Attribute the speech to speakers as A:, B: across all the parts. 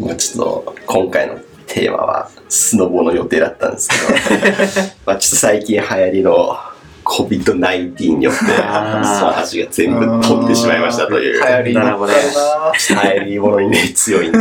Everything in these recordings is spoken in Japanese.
A: まあ、ちょっと今回のテーマはスノボの予定だったんですけどまあちょっと最近流行りの COVID-19 によってその話が全部飛んでしまいましたという
B: 流行り
C: なる
B: の
C: ほどね
A: 流行りものにね強いんで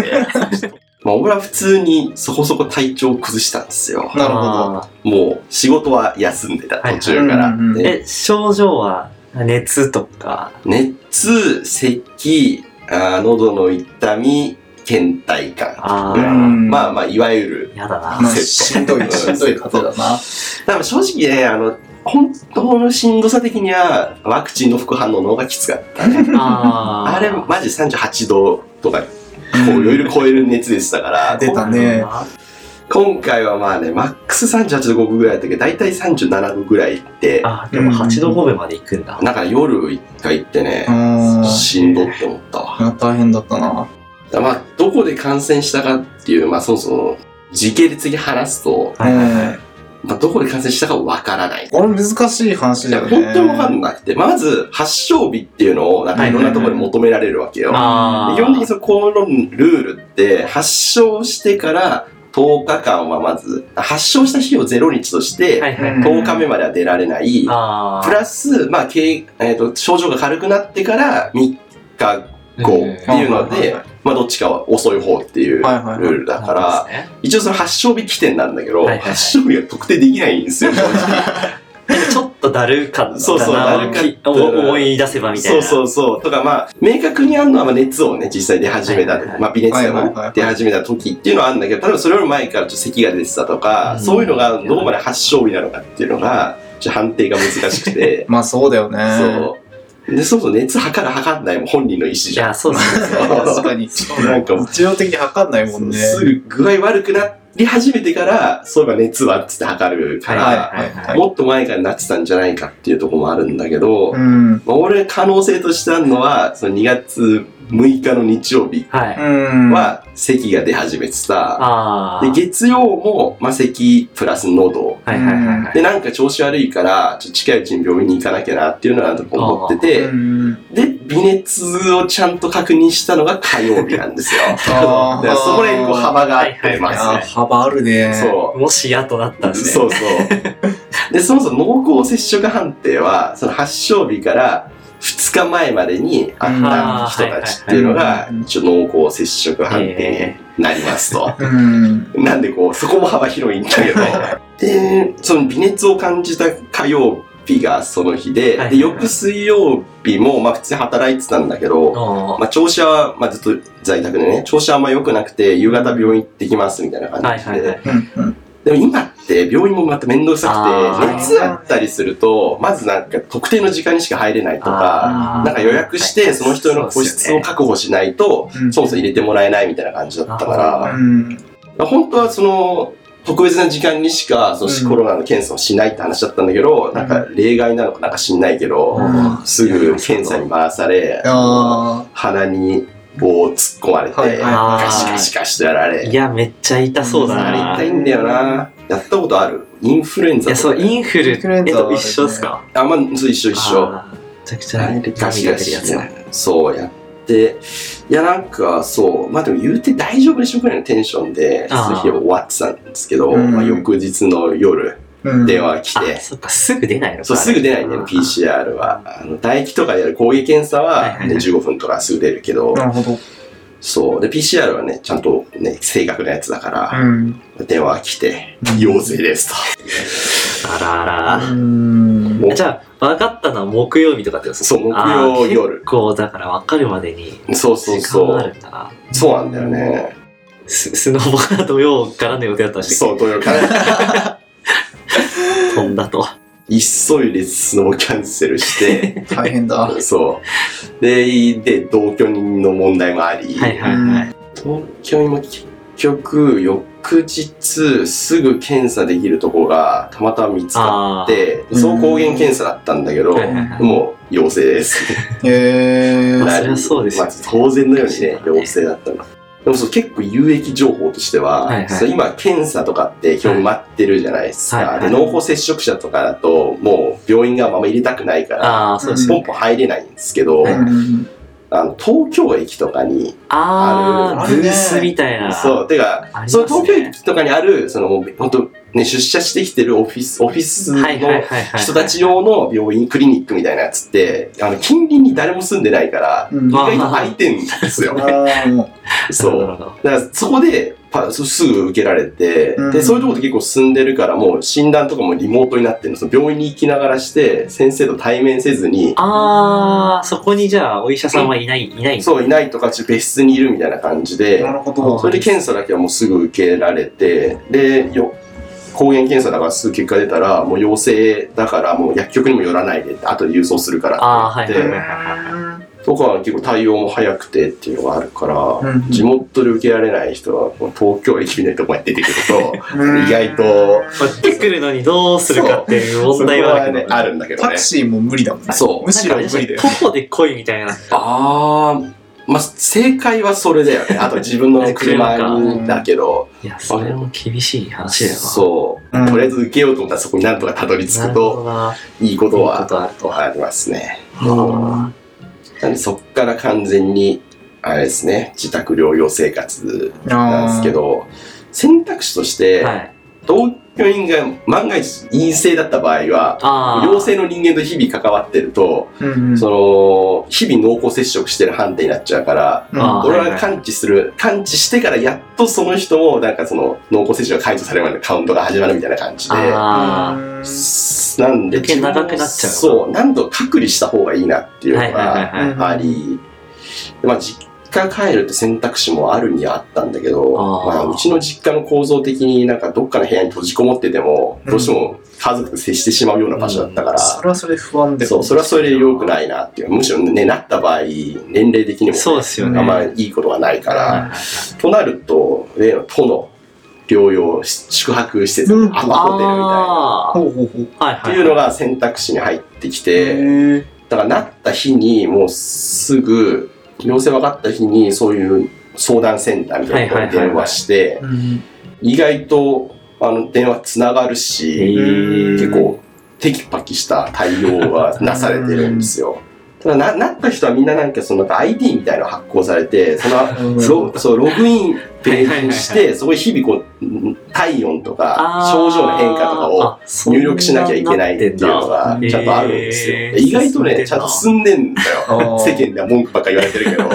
A: まあ俺は普通にそこそこ体調を崩したんですよ
B: なるほど。
C: あ
A: もう仕事は休んでた途中から、
B: はいはいうんうんうん
C: ー
A: で
C: え、症状は熱とか。
A: 熱咳あー喉の痛み倦怠感
C: あ
A: ぐらい
C: あ、
A: な
B: うん
A: まあまあいわゆる
C: やだ
B: ま
C: な。
B: あしんどい、しんどい方だな。
A: だから正直ね、あの、本当のしんどさ的には、ワクチンの副反応の方がきつかった。
C: あ
A: あ
C: ー
A: れ、マジ38度とか、こう、いろいろ超える熱でしたから、
B: 出たね
A: こ今回はまあね、マックス38度5分ぐらいだったけど、だいたい37度ぐらい行って、
C: あ、でも8度5分まで行くんだ。
A: なんか夜一回行ってね
B: う、ん。
A: しんどって思ったわ。
B: 大変だったな。
A: だからまあ、どこで感染したかっていう、まあそもそも、時系列に話すと、
C: はいはいはい。
A: まあどこで感染したかわからない。
B: これ難しい話
A: い
B: だ
A: や
B: よね。
A: 本当に分かんなくて、まず発症日っていうのをなんかいろんなところで求められるわけよ。
C: あ
A: で基
C: ー
A: 本的にそのこのルールって発症してから10日間はまず発症した日を0日とし
C: は
A: て
C: いはい
B: うん
A: 10日目までは出られない、
C: あー
A: プラス、まあけいえー、と症状が軽くなってから3日後っていうので、
B: うん
A: まあ、どっちかは遅い方っていうル
B: はいはいはい
A: ールだから、
C: そうですね
A: 一応その発症日起点なんだけど、
C: はいはいはい
A: 発症日が特定できないんですよ正直。
C: なんかちょっとだるかったな
A: そうそうだるかった
C: お思い出せばみたいな。
A: そうそうそう。とかまあ、明確にあるのはまあ熱をね、実際出始めた、
C: はいはいはい
A: まあ微熱
B: はいはいはいは
A: が
B: い
A: 出始めた時っていうのはあるんだけど、例えばそれより前からちょっと咳が出てたとか、
C: うん
A: そういうのがどこまで発症日なのかっていうのが、ちょっと判定が難しく て、
B: まあそうだよね。
A: そう。で、そうそう熱測る測んないも本人の意思
C: い
A: じゃん。
C: や、そうですね。
B: 確かに。
A: なんかもう
B: 日常的に測んないもんね。
A: すぐ具合悪くなり始めてから、そういえば熱はっつって測るから、
B: はいはいはい。
A: もっと前からなってたんじゃないかっていうところもあるんだけど、
B: うん。
A: まあ俺可能性としてあるのはその2月6日の日曜日
C: はい。
B: うん。
A: は咳が出始めてた、
C: ああ。
A: で月曜も、まあ、咳プラス喉
C: はいはいはいはい。
A: でなんか調子悪いからちょっと近いうちに病院に行かなきゃなっていうのはなんとか思ってて
B: うん
A: で微熱をちゃんと確認したのが火曜日なんです よ
B: あ
A: で
B: ー
A: そこら辺こう幅があってま
C: り
A: す
B: あー
A: ね
B: 幅あるね。
A: そう
C: もしやとなったんで。
A: そうそう。 で、そもそも濃厚接触判定は、その発症日から2日前までに会った人たちっていうのが
B: あーはいはいはい、
A: 一応濃厚接触判定になりますと。
B: うん。
A: なんでこう、そこも幅広いんだけど。で、その微熱を感じた火曜日がその日で、
C: はい
A: で、翌水曜日も、まあ普通に働いてたんだけど、
C: おー
A: まあ、調子は、まあ、ずっと在宅でね、調子はあんま良くなくて、夕方病院行ってきますみたいな感じで、
C: はいはいはい
B: うんうん
A: でも今って病院もまた面倒くさく
C: あ
A: て、
C: ー
A: 熱あったりすると、まずなんか特定の時間にしか入れないとか、
C: あー
A: なんか予約し
C: は
A: て、
C: い
A: その人の個室を確保しないと、
B: うん
A: そもそも入れてもらえないみたいな感じだった
C: あ
A: か
B: うん。
A: ら、本当はその、特別な時間にしか、そ
B: うん
A: のコロナの検査をしないって話だったんだけど、なんか例外なのかなんか知んないけど、
C: うん
A: すぐ検査に回され、
B: あ
A: 鼻に棒を突っ込まれて、
B: はいはい
C: あー
A: ガシガシガシとやられ
C: い、や、めっちゃ痛そうだ
A: あれ
C: な。
A: 痛いんだよな。やったことあるインフルエン
C: い
A: ザ
C: や、
A: と
C: そ
A: か
C: う、
A: ね
C: インフル
B: インフルエンザは
C: と
B: ね
C: 一緒ですか
A: あ、まあ、そう一緒一緒。
C: あーめちゃくちゃ痛みが出るやつだ。
A: そうやって、いやなんかそう、まあでも言うて大丈夫でしょぐらいのテンションで、そ
C: あー
A: の日終わってたんですけど、
B: うん
A: まあ、翌日の夜、
B: ーうん
A: 電話来
C: あ、
A: て、
C: そっか、すぐ出ないのか。
A: そうすぐ出ないんだよね、PCR は。あの唾液とかでやる抗原検査
C: はい
A: は、
C: はいはい
A: ね、15分とかすぐ出るけど、
B: なるほど。
A: そう。で、PCR はね、ちゃんとね、正確なやつだから、
B: うん。
A: 電話来て
B: う、ん
A: 陽性ですと。
C: あらあら。
B: うん
A: もう
C: じゃあ、分かったのは木曜日とかってこと
A: そう木曜夜
C: あー結構、だから分かるまでに
A: そうそう
C: 時
A: そ
C: 間があ
A: う。
C: るんだな。
A: そうなんだよね。
C: ススノボが土曜からの予定だったんで
A: そう、土曜から。
C: 飛んだと。
A: 急いでスノボキャンセル して、
B: 大変 だ。
A: そう。で、で、同居人の問題もあり、
C: はいはいはい。
A: 東京にも結局、翌日すぐ検査できるとこがたまたま見つか
C: ああ。
A: って、その抗原検査だったんだけど、
C: はいはいはい
A: もう陽性です。
B: へえ。
C: まあそりゃそうですよ
A: まあ当然のようにね
C: 確、かにね
A: 陽性だったの。でもそう結構有益情報としては、
C: はいはい
A: そう今検査とかって基本待ってるじゃないですか、
C: はいはい
A: で濃厚接触者とかだともう病院があんま入れたくないから
C: ああ、そうです
A: ポンポン入れないんですけど、
C: はい
B: うん
A: あの東京駅とかに
C: あ
B: あ
C: ー、
B: る
C: ブースみたいな。
A: そう。てか、
C: ありますね
A: その東京駅とかにある、そのもう、本当ね、出社してきてるオフィス、オフィスの
C: はいはいはいはい。
A: 人たち用の病院、クリニックみたいなやつって、あの、近隣に誰も住んでないから、
B: うん
A: 意
C: まあ
A: 外と空いてんです よ。
B: あーもう
A: そ
C: な
A: う
C: る。ほど。
A: だからそこでパそすぐ受けられて、
B: うん
A: でそういうところで結構進んでるからもう診断とかもリモートになってるのその病院に行きながらして先生と対面せずに
C: あー、そこにじゃあ、お医者さんはいない、いないんだ
A: そういないとかちょ別室にいるみたいな感じで
B: なるほど。
A: それで検査だけはもうすぐ受けられてでよ抗原検査だからすぐ結果出たらもう陽性だからもう薬局にも寄らないで後で郵送するから
C: あー、は
A: って
C: い
A: 言っ
C: はい
A: て、
C: はいはいはい。
A: とかは結構対応も早くてっていうのがあるから、
B: うん
A: 地元で受けられない人はもう東京駅みたいなとこに出てくると。
B: うん
A: 意外と
C: まあ出てくるのにどうするかっていう問題はあるけど。
A: あるんだけど
B: タ
A: ね
B: ク。シーも無理だもんね。
A: そう
B: むしろ無理だよ
C: 徒。歩で来いみたいな。
A: ああ、まあ、正解はそれだよね。あと自分の車
B: 車か
A: だけど、
C: いや、それも厳しい話だよな。
A: そう、
B: うん
A: とりあえず受けようと思ったらそこになんとかたどり着
C: な
A: く
C: るほ
A: と、
C: どな。
A: いいこと
C: いい
A: は
C: ことあると。
A: ありますね。
C: あ
A: なんでそっから完全に、あれですね、自宅療養生活なんですけど、選択肢とし
C: ー
A: て、
C: はい。
A: 同居員が万が一陰性だった場合は、
C: ああ。
A: 陽性の人間と日々関わってると、
B: うんうん。
A: その、日々濃厚接触してる判定になっちゃうから、
B: うん
C: あー
A: 俺は感知する感知してからやっとその人もなんかその濃厚接触が解除されるまでのカウントが始まるみたいな感じで
C: あ
A: すなんで
C: 余計長くなっちゃう
A: 自分もそう何度隔離した方がいいなって
C: あ。
A: いう
C: はい
A: の
C: はいはい
A: が
C: はい。
B: うん
A: あり、まあ、実家帰るって選択肢もあるにはあったんだけど
C: あー
A: まあ、うちの実家の構造的になんかどっかの部屋に閉じこもってても
B: うん
A: どうしても家族と接してしまうような場所だったから。
B: それはそれで不安で。
A: そう、それはそれで良くないなっていう。むしろね、なった場合、年齢的にもね、
C: そうですよね
A: あんまりいいことがないから、
B: はい
A: となると、例の都の療養し宿泊施設、
B: うん
A: アパホテルみたいな。
C: ああ。
B: ほうほうほう。
C: はい
A: って
C: はい。
A: いうのが選択肢に入ってきて、
B: へー
A: だからなった日に、もうすぐ、陽性分かった日に、そういう相談センターみたいなところに電話して、
B: うん
A: 意外と、あの、電話つながるし、結
C: 結構。
A: 構、テキパキした対応がなされてるんですよ。ただな、なった人はみんななんか、そのなんか ID みたいなの発行されて、そのロそうログインページし
C: はい
A: てそこに日々こうん体温とか
C: あー
A: 症状の変化とかを
C: あそんな
A: 入力しなきゃいけないっていうの
B: そんなな
A: が
B: ってんだ
A: ちゃんとあるんですよ。
C: へー
A: で意外と
C: 進んで
A: ね
C: んな
A: ちゃんと進んでんだ
B: あ
A: よ
B: ー
A: 世間では文句ばっか言われてるけど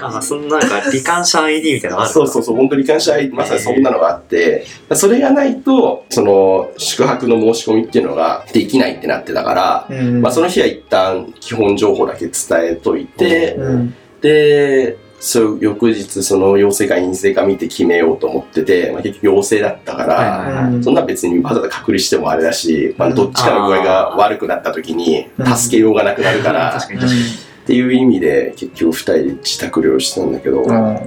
C: あそんななんか、罹患者 ID みたいなのがある
A: そうそうそう本当に感謝まさにそんなのがあってそれがないとその宿泊の申し込みっていうのができないってなってたから。
B: うん
A: まあ、その日は一旦基本情報だけ伝えといて、
B: うん
A: でそう翌日その陽性か陰性か見て決めようと思ってて、まあ、結局陽性だったから、
C: はいはいはい
A: そんな別にわざわざ隔離してもあれだし、まあ、どっちかの具合が悪くなった時に
B: うん
A: 助けようがなくなるから
C: 確かに確かに。
A: っていう意味で結局2人で自宅療養してたんだけど、
B: うん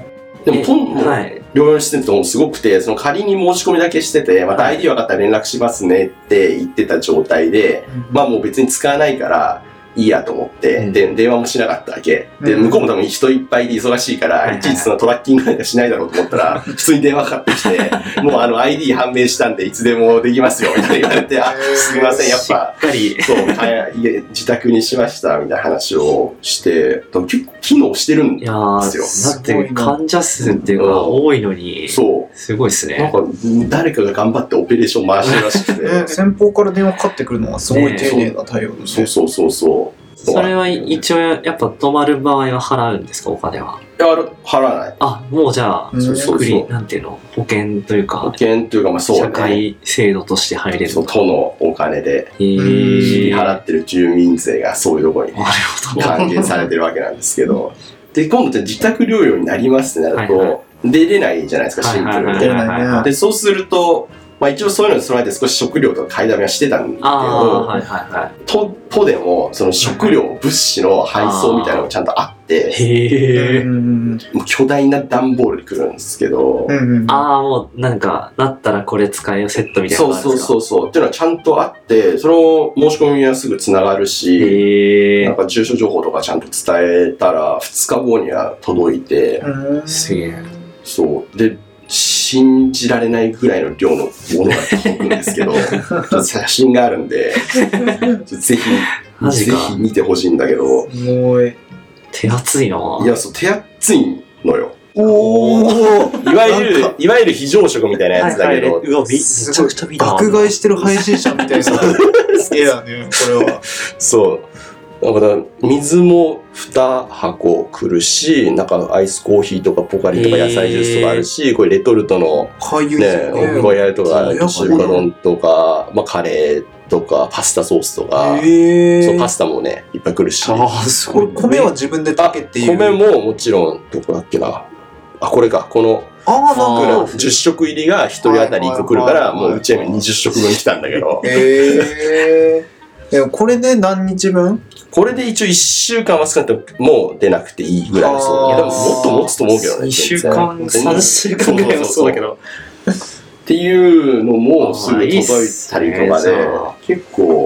A: でもポンも
C: はい。
A: 療養してるともすごくてその仮に申し込みだけしててまた
C: はい
A: ID 分かったら連絡しますねって言ってた状態で、まあもう別に使わないから、いいやと思って、
C: うん
A: で、電話もしなかったわけ。で、
B: うん
A: 向こうも多分人いっぱいで忙しいか
C: はいは
A: ら、
C: い
A: いちいちそのトラッキングなんかしないだろうと思ったら、普通に電話かかってき て、もうあの ID 判明したんで、いつでもできますよ、みたいな言われて、あ、すみません、やっぱ
C: し。っかり。
A: そう、はいいえ自宅にしました、みたいな話をして、だから結構機能してるん
C: い
A: だ
C: やー
A: です
B: よ
C: だって患者数っていうか、多いのに、
A: そう。
C: すごいです
A: なん
C: ね。
A: か、誰かが頑張ってオペレーション回してるらしく
B: ね
A: て。
B: 先方から電話かかってくるのはすごい丁寧な対応で
A: そうそうそうそう。
C: それは一応、やっぱ泊まる場合は払うんですか、お金は。
A: いや払わない。
C: あ、もうじゃあ、
B: うん
A: そうそう
C: 作
A: そ
C: り、
A: う。
C: なんていうの、保険という
A: 保
C: か、
A: 険というか、まあそう
C: 社
A: だね。
C: 会制度として入れる
A: そ
C: の
A: う
C: か。
A: 都のお金で
C: へ
A: 支
C: ー
A: 払ってる住民税がそういうところに
C: なるほど。
A: 還元されてるわけなんですけどで今度じゃあ自宅療養になりますってなると、
C: はいは
A: 出れないじゃないですかシンプルに、
B: いはいはい
A: でそうすると、まあ、一応そういうのに備えて少し食料とか買いだめはしてたんだけ
C: ああ、
A: ど
C: はいはいは
A: 都都でもその食料物資の配送みたいなのがちゃんとあっ
C: い。
A: て
C: へえ。
B: うん
A: もう巨大な段ボールで来るんですけど、
B: うんうん
C: ああ、もうなんか、なったらこれ使えよセットみたいな
A: そ
C: の
A: う
C: があるん
A: そ
C: で
A: う
C: すか。う
A: そうそうっていうのはちゃんとあってその申し込みはすぐつながるし、
C: へ
A: なん
C: え。
A: か住所情報とかちゃんと伝えたら2日後には届いて、
B: うん
C: すげえ。
A: そうで信じられないぐらいの量のものが届くんですけ どちょっと写真があるんでちょっとぜひ
C: マジ
A: ぜ
C: か。
A: ひ見てほしいんだけど
B: すごい。
C: 確手厚いなぁ
A: いや、そう、手厚いのよ。
B: おお
A: いわゆ
B: なん
A: る
B: か、
A: いわゆる非常食みたいなやつだけど、
C: はいはいうわ、めめ
B: すごい
C: ちゃくちゃ見た。
B: 爆買いしてる配信者みたいな絵だねこれは
A: そう。だから、水も2箱来るし、なんかアイスコーヒーとかポカリとか野菜ジュースとかあるし、これレトルトの
B: かゆい
A: ね、
B: よ
A: おこやとか、
B: うん
A: 中華丼とか、まあカレーとか、パスタソースとか、
B: へえ
A: そう、パスタもね、いっぱい来るし。
C: ああ、す
B: こ
C: ご
B: れ
C: い。
B: 米は自分で
A: あ、
B: 炊けっていう
A: 米ももちろん、どこだっけな。あ、これか、この、
B: ああ
C: あ
B: なんか
A: 10食入りが1人当たり1個来るから、
B: はいはいはいはい。
A: もううちは今20食分来たんだけど
B: へえでもこれで何日分
A: これで一応1週間は少なくとももう出なくていいぐらいのそう
B: あー
A: でももっと持つと思うけどね。
C: 2週
A: 全
C: 間、
A: 然
C: 3週間ぐらいもそうだけ。
A: そそそ
C: ど。
A: っていうのもすぐ届いたりとかで
C: あーいいっすねじゃあ、
A: 結
C: 出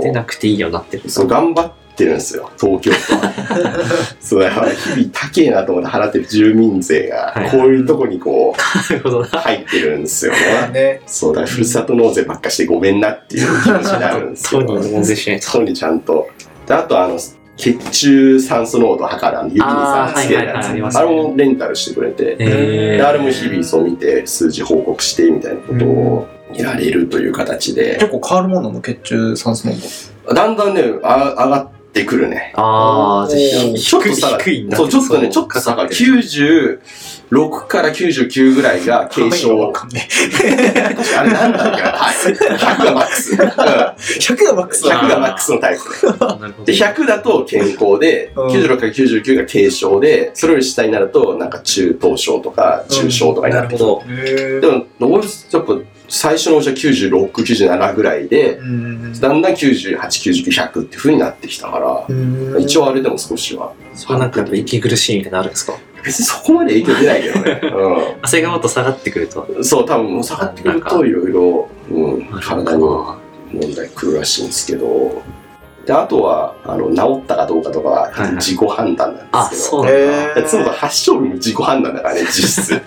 A: 構、
C: なくていいようになってる。
A: そう、頑張ってるんですよ、東京都は。 そう、だから日々高えなと思って払ってる住民税が
C: はい、
A: こういうとこにこう、
C: なるほ どな。
A: 入ってるんですよ
B: だ
A: ね。
B: ね
A: そう、だからふるさと納税ばっかしてごめんなっていう気持ちになるんですよ
C: 本。当に納税しないと。
A: 本当にちゃんと。で、あとあの、血中酸素濃度測るあの指にさ
C: あ、ー
A: つけるや
C: はいはいはいありま
A: つ。
C: すね
A: あれもレンタルしてくれて、
C: へー
A: であれも日々そう見て、数字報告してみたいなことをやれるという形で、
B: 結構変わるもんなの血中酸素濃度
A: だんだんね、あ上がってくるね。
C: ああ、じゃあ
B: おー
A: ちょっとさ、
C: 低いんだ。
A: そう、ちょっとね、ちょっとさ、96から99ぐらいが軽
B: わ
A: 症。
B: かんない
A: あれなんだっけな、はい100がマックス。うん
B: 100がマックス
A: 100がマックスのタイプ。
C: なるほど
A: で、100だと健康で、
B: うん
A: 96から99が軽症で、それより下になると、なんか中等症とか、重症とかにな
C: な
A: る
C: る。ほど。
B: へえ
A: でも、登るやっぱ、最初のうちは96、97ぐらいで、
B: うん
A: だんだん98、99、100って風になってきたから、
B: うん
A: 一応あれでも少しは。
C: それなんかやっぱ息苦しいみたいなのあるんですか
A: 別にそこまで影響出ないけどね。
C: あそれがもっと下がってくると。
A: うん。そう、多分もう下がってくると、いろいろ、うん、体にも問題来るらしいんですけど、で、あとは、あの、治ったかどうかとか
C: はいは
A: は、
C: い
A: 自己判断なんですけど。
C: あ、そうなんだ。
B: へ
A: いやそうだ、
B: え
A: 発症日も自己判断だ からね、実質。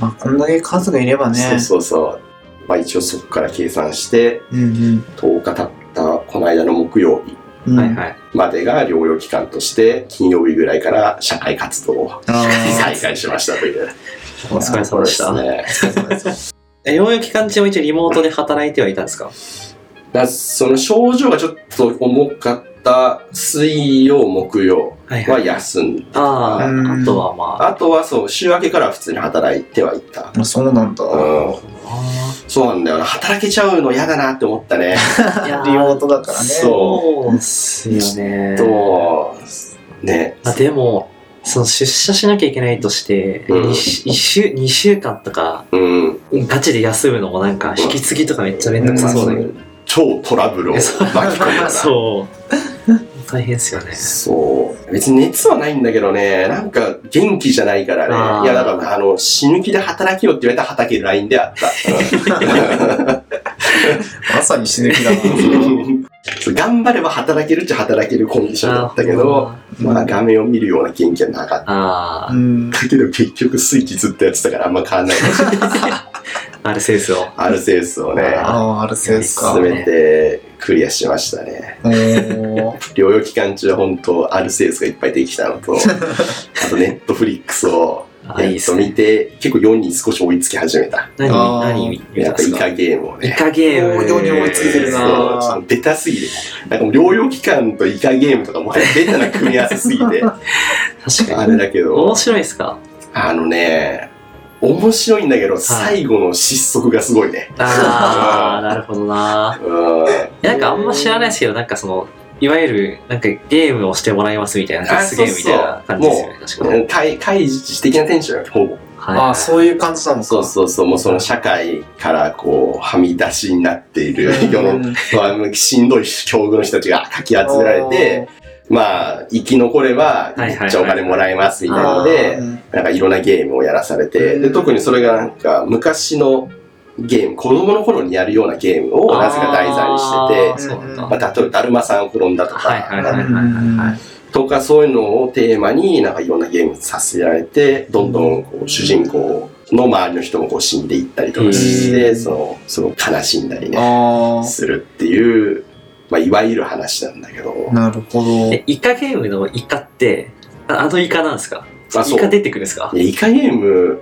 B: まあこんだけ数がいればね
A: そうそうそう。まあ一応そこから計算して、
B: うん
A: 10日経ったこの間の木曜日
B: うん
C: はい
B: い
C: はい。
A: までが療養期間として、金曜日ぐらいから社会活動を
B: あ
A: 再開しましたという。
C: お疲れ様でした。
A: ね。
C: え、療養期間中も一応リモートで働いてはいたんですか
A: だその症状がちょっと重かった水曜、木曜
C: はい
A: は
C: や。
A: 休んで、
C: あ
B: う
C: あ、
B: ん
C: あとはまあ。
A: あとはそう、週明けからは普通に働いてはいた。
B: あそうなんだ
A: うん、
C: あ
A: そうなんだよな。働けちゃうの嫌だなって思った ね。
C: ーいやー
B: リモートだからね
C: そうですよね。
A: と、ね、
C: あでも、その出社しなきゃいけないとして、
A: うん
C: 一週一週、2週間とか、
A: うん、
C: ガチで休むのもなんか、引き継ぎとかめっちゃめんどくさそうだけど。
A: 超トラブルを巻き込むう。
C: そう。大変ですよね。
A: そう。別に熱はないんだけどね、なんか元気じゃないから
C: あ
A: ね。
C: ー
A: いや、だから、あの、死ぬ気で働きよって言われたら畑 LINE であった。
B: まさに死ぬ気だな
A: そう頑張れば働けるっちゃ働けるコンディションだったけど、まあ画面を見るような元気はなかった。
C: あ
B: う
C: ー、
B: ん
A: だけど結局スイッチずっとやってたからあんま変わんないかもしれない。
C: あれセンスを。
A: RCS をね、
B: あああるせいですか
A: 進めてクリアしましたね。
B: おー
A: 療養期間中は本当アルセウスがいっぱいできた のとあとネットフリックスを
C: あ、いい
A: え
C: っ
A: っ
C: す
A: と
C: ね
A: 見。て結構4に少し追いつき始めた
C: 何、
B: あー
C: 何見
A: やっ
C: たん
A: ぱ
C: で
A: イ
C: すか
A: カゲームを
C: イ
A: ね
C: カゲーム。
B: 大量に追いついてるな
A: そうちょっとベタすぎてなんかもう療養期間とイカゲームとかもうベタな組み合わせすぎ て
C: 確か
A: あ
C: に。
A: れだけど
C: 面白いですか
A: あのね面白いんだけど最後の失速がすごいね、
C: ああ、なるほどな。
A: うん
C: いやなんかあんま知らないですけど、なんかその、いわゆる、なんかゲームをしてもらいますみたいな、
A: あ
C: 罰ゲームみたいな感じですよね、確かに。
A: 対対峙的なテンションよほぼ
C: はい
B: ああそういう感じなの
A: そう
B: か
A: そうそうもうその社会からこうはみ出しになっている世の
B: うん
A: まあ、しんどい境遇の人たちがかき集められて、まあ、生き残れば、
C: はい
A: め
C: はいはい
A: っちゃお金もらえますみたいなの
B: あー
A: で、
B: うん
A: なんかいろんなゲームをやらされて、
B: う
A: で、
B: ん
A: 特にそれがなんか昔のゲーム、子供の頃にやるようなゲームをなぜか題材にしてて、
B: てて
C: あーそうなん
A: ま
C: だ。
A: あ、例えば、だるまさん転んだとか、
C: はいはいはい
B: うん
C: はいはい。
A: とかそういうのをテーマになんかいろんなゲームさせられてどんどんこう主人公の周りの人もこう死んでいったりとかし
B: う
A: て
B: ん
A: そのその悲しんだりね
B: あ
A: するっていう、まあ、いわゆる話なんだけど
B: あなるほど
C: えイカゲームのイカってああのイカなんですか
A: あそう
C: イカ出てくるんですか
A: いやイカゲーム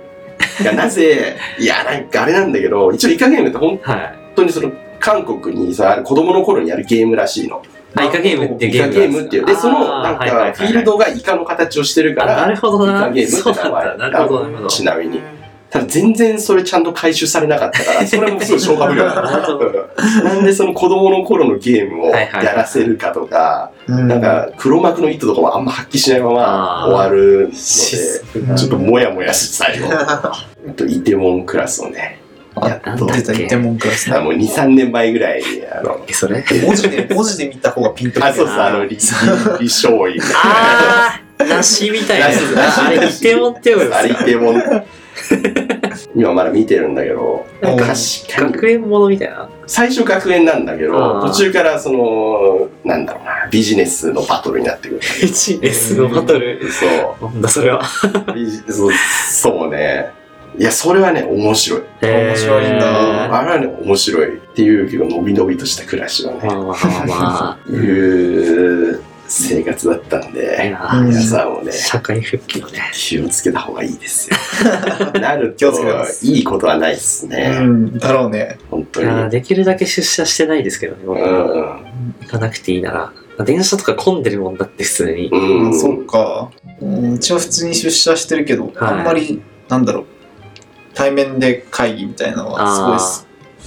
A: がなぜ、いや、なんかあれなんだけど、一応イカゲームって本
C: はい。
A: 当にその、韓国にさ、子供の頃にやるゲームらしいの。
C: あ、イカゲームって
A: イ
C: ゲー
A: カ
C: ム
A: ゲームっていう。で、その、なん
C: あーはいはいは
A: か、
C: い
A: フィールドがイカの形をしてるか
C: あな
A: ら、
C: るほどな。
A: イカゲームって
C: そう
A: 名
C: なん
A: 前
C: だ。なるほど、なるほど。
A: ちなみに。ただ全然それちゃんと回収されなかった から、それもすごい消化不良だなうんなんでその子供の頃のゲームを
C: はい
A: や
C: はい
A: らせるかとか、
B: うん
A: なんか黒幕の意図とかもあんま発揮しないまま
C: あー
A: 終わるので、
C: シ
A: ち
C: ス
B: うん
A: ょっとモヤモヤして最後。あとイテモンクラスをね、やっと
C: な、ん
B: 出たイテモンクラスね
A: あもう2、3年前ぐらいに、あの、
C: え、それ
B: 文字で文字で見た方がピンとく
A: あ、
B: る
A: そうそう、あの、李松院。
C: あー、梨みたいなやつ
A: 梨梨
C: あれ、イテモンって呼ぶんで
A: あ
C: す
A: れイ
C: か
A: テモン。 今まだ見てるんだけど、
B: うん
A: 確かに
C: 学園ものみたいな。
A: 最初学園なんだけど、
C: あー
A: 途中からその、なんだろうな、ビジネスのバトルになってくる。
C: 1S のバトル。
A: そ
C: なんだそれは。
A: う。 ビジそうそうね。いや、それはね、面白い。
B: 面白いんだ
A: あれはね、面白いっていうけど、伸び伸びとした暮らしは
C: まあ
A: ね、
C: まあまあま
A: いう生活だったん
C: あ。ええ
A: で、
B: うん
C: な。
A: 皆さんもね、
C: 社会復帰のね。
A: 気をつけた方がいいですよ。 なる
B: 気を
A: と
B: つけます、
A: いいことはないですね。
B: うんだろうね
A: 本当
C: い
A: に。
C: やーできるだけ出社してないですけどね、僕は
A: う
C: 行かなくていいなら。電車とか混んでるもんだって、普通に。
A: ん。
B: う
A: うんん。
B: そっかうんうちは普通に出社してるけ
C: は
B: ど
C: い
B: あんまりなんだろう対面で会議みたいなのはす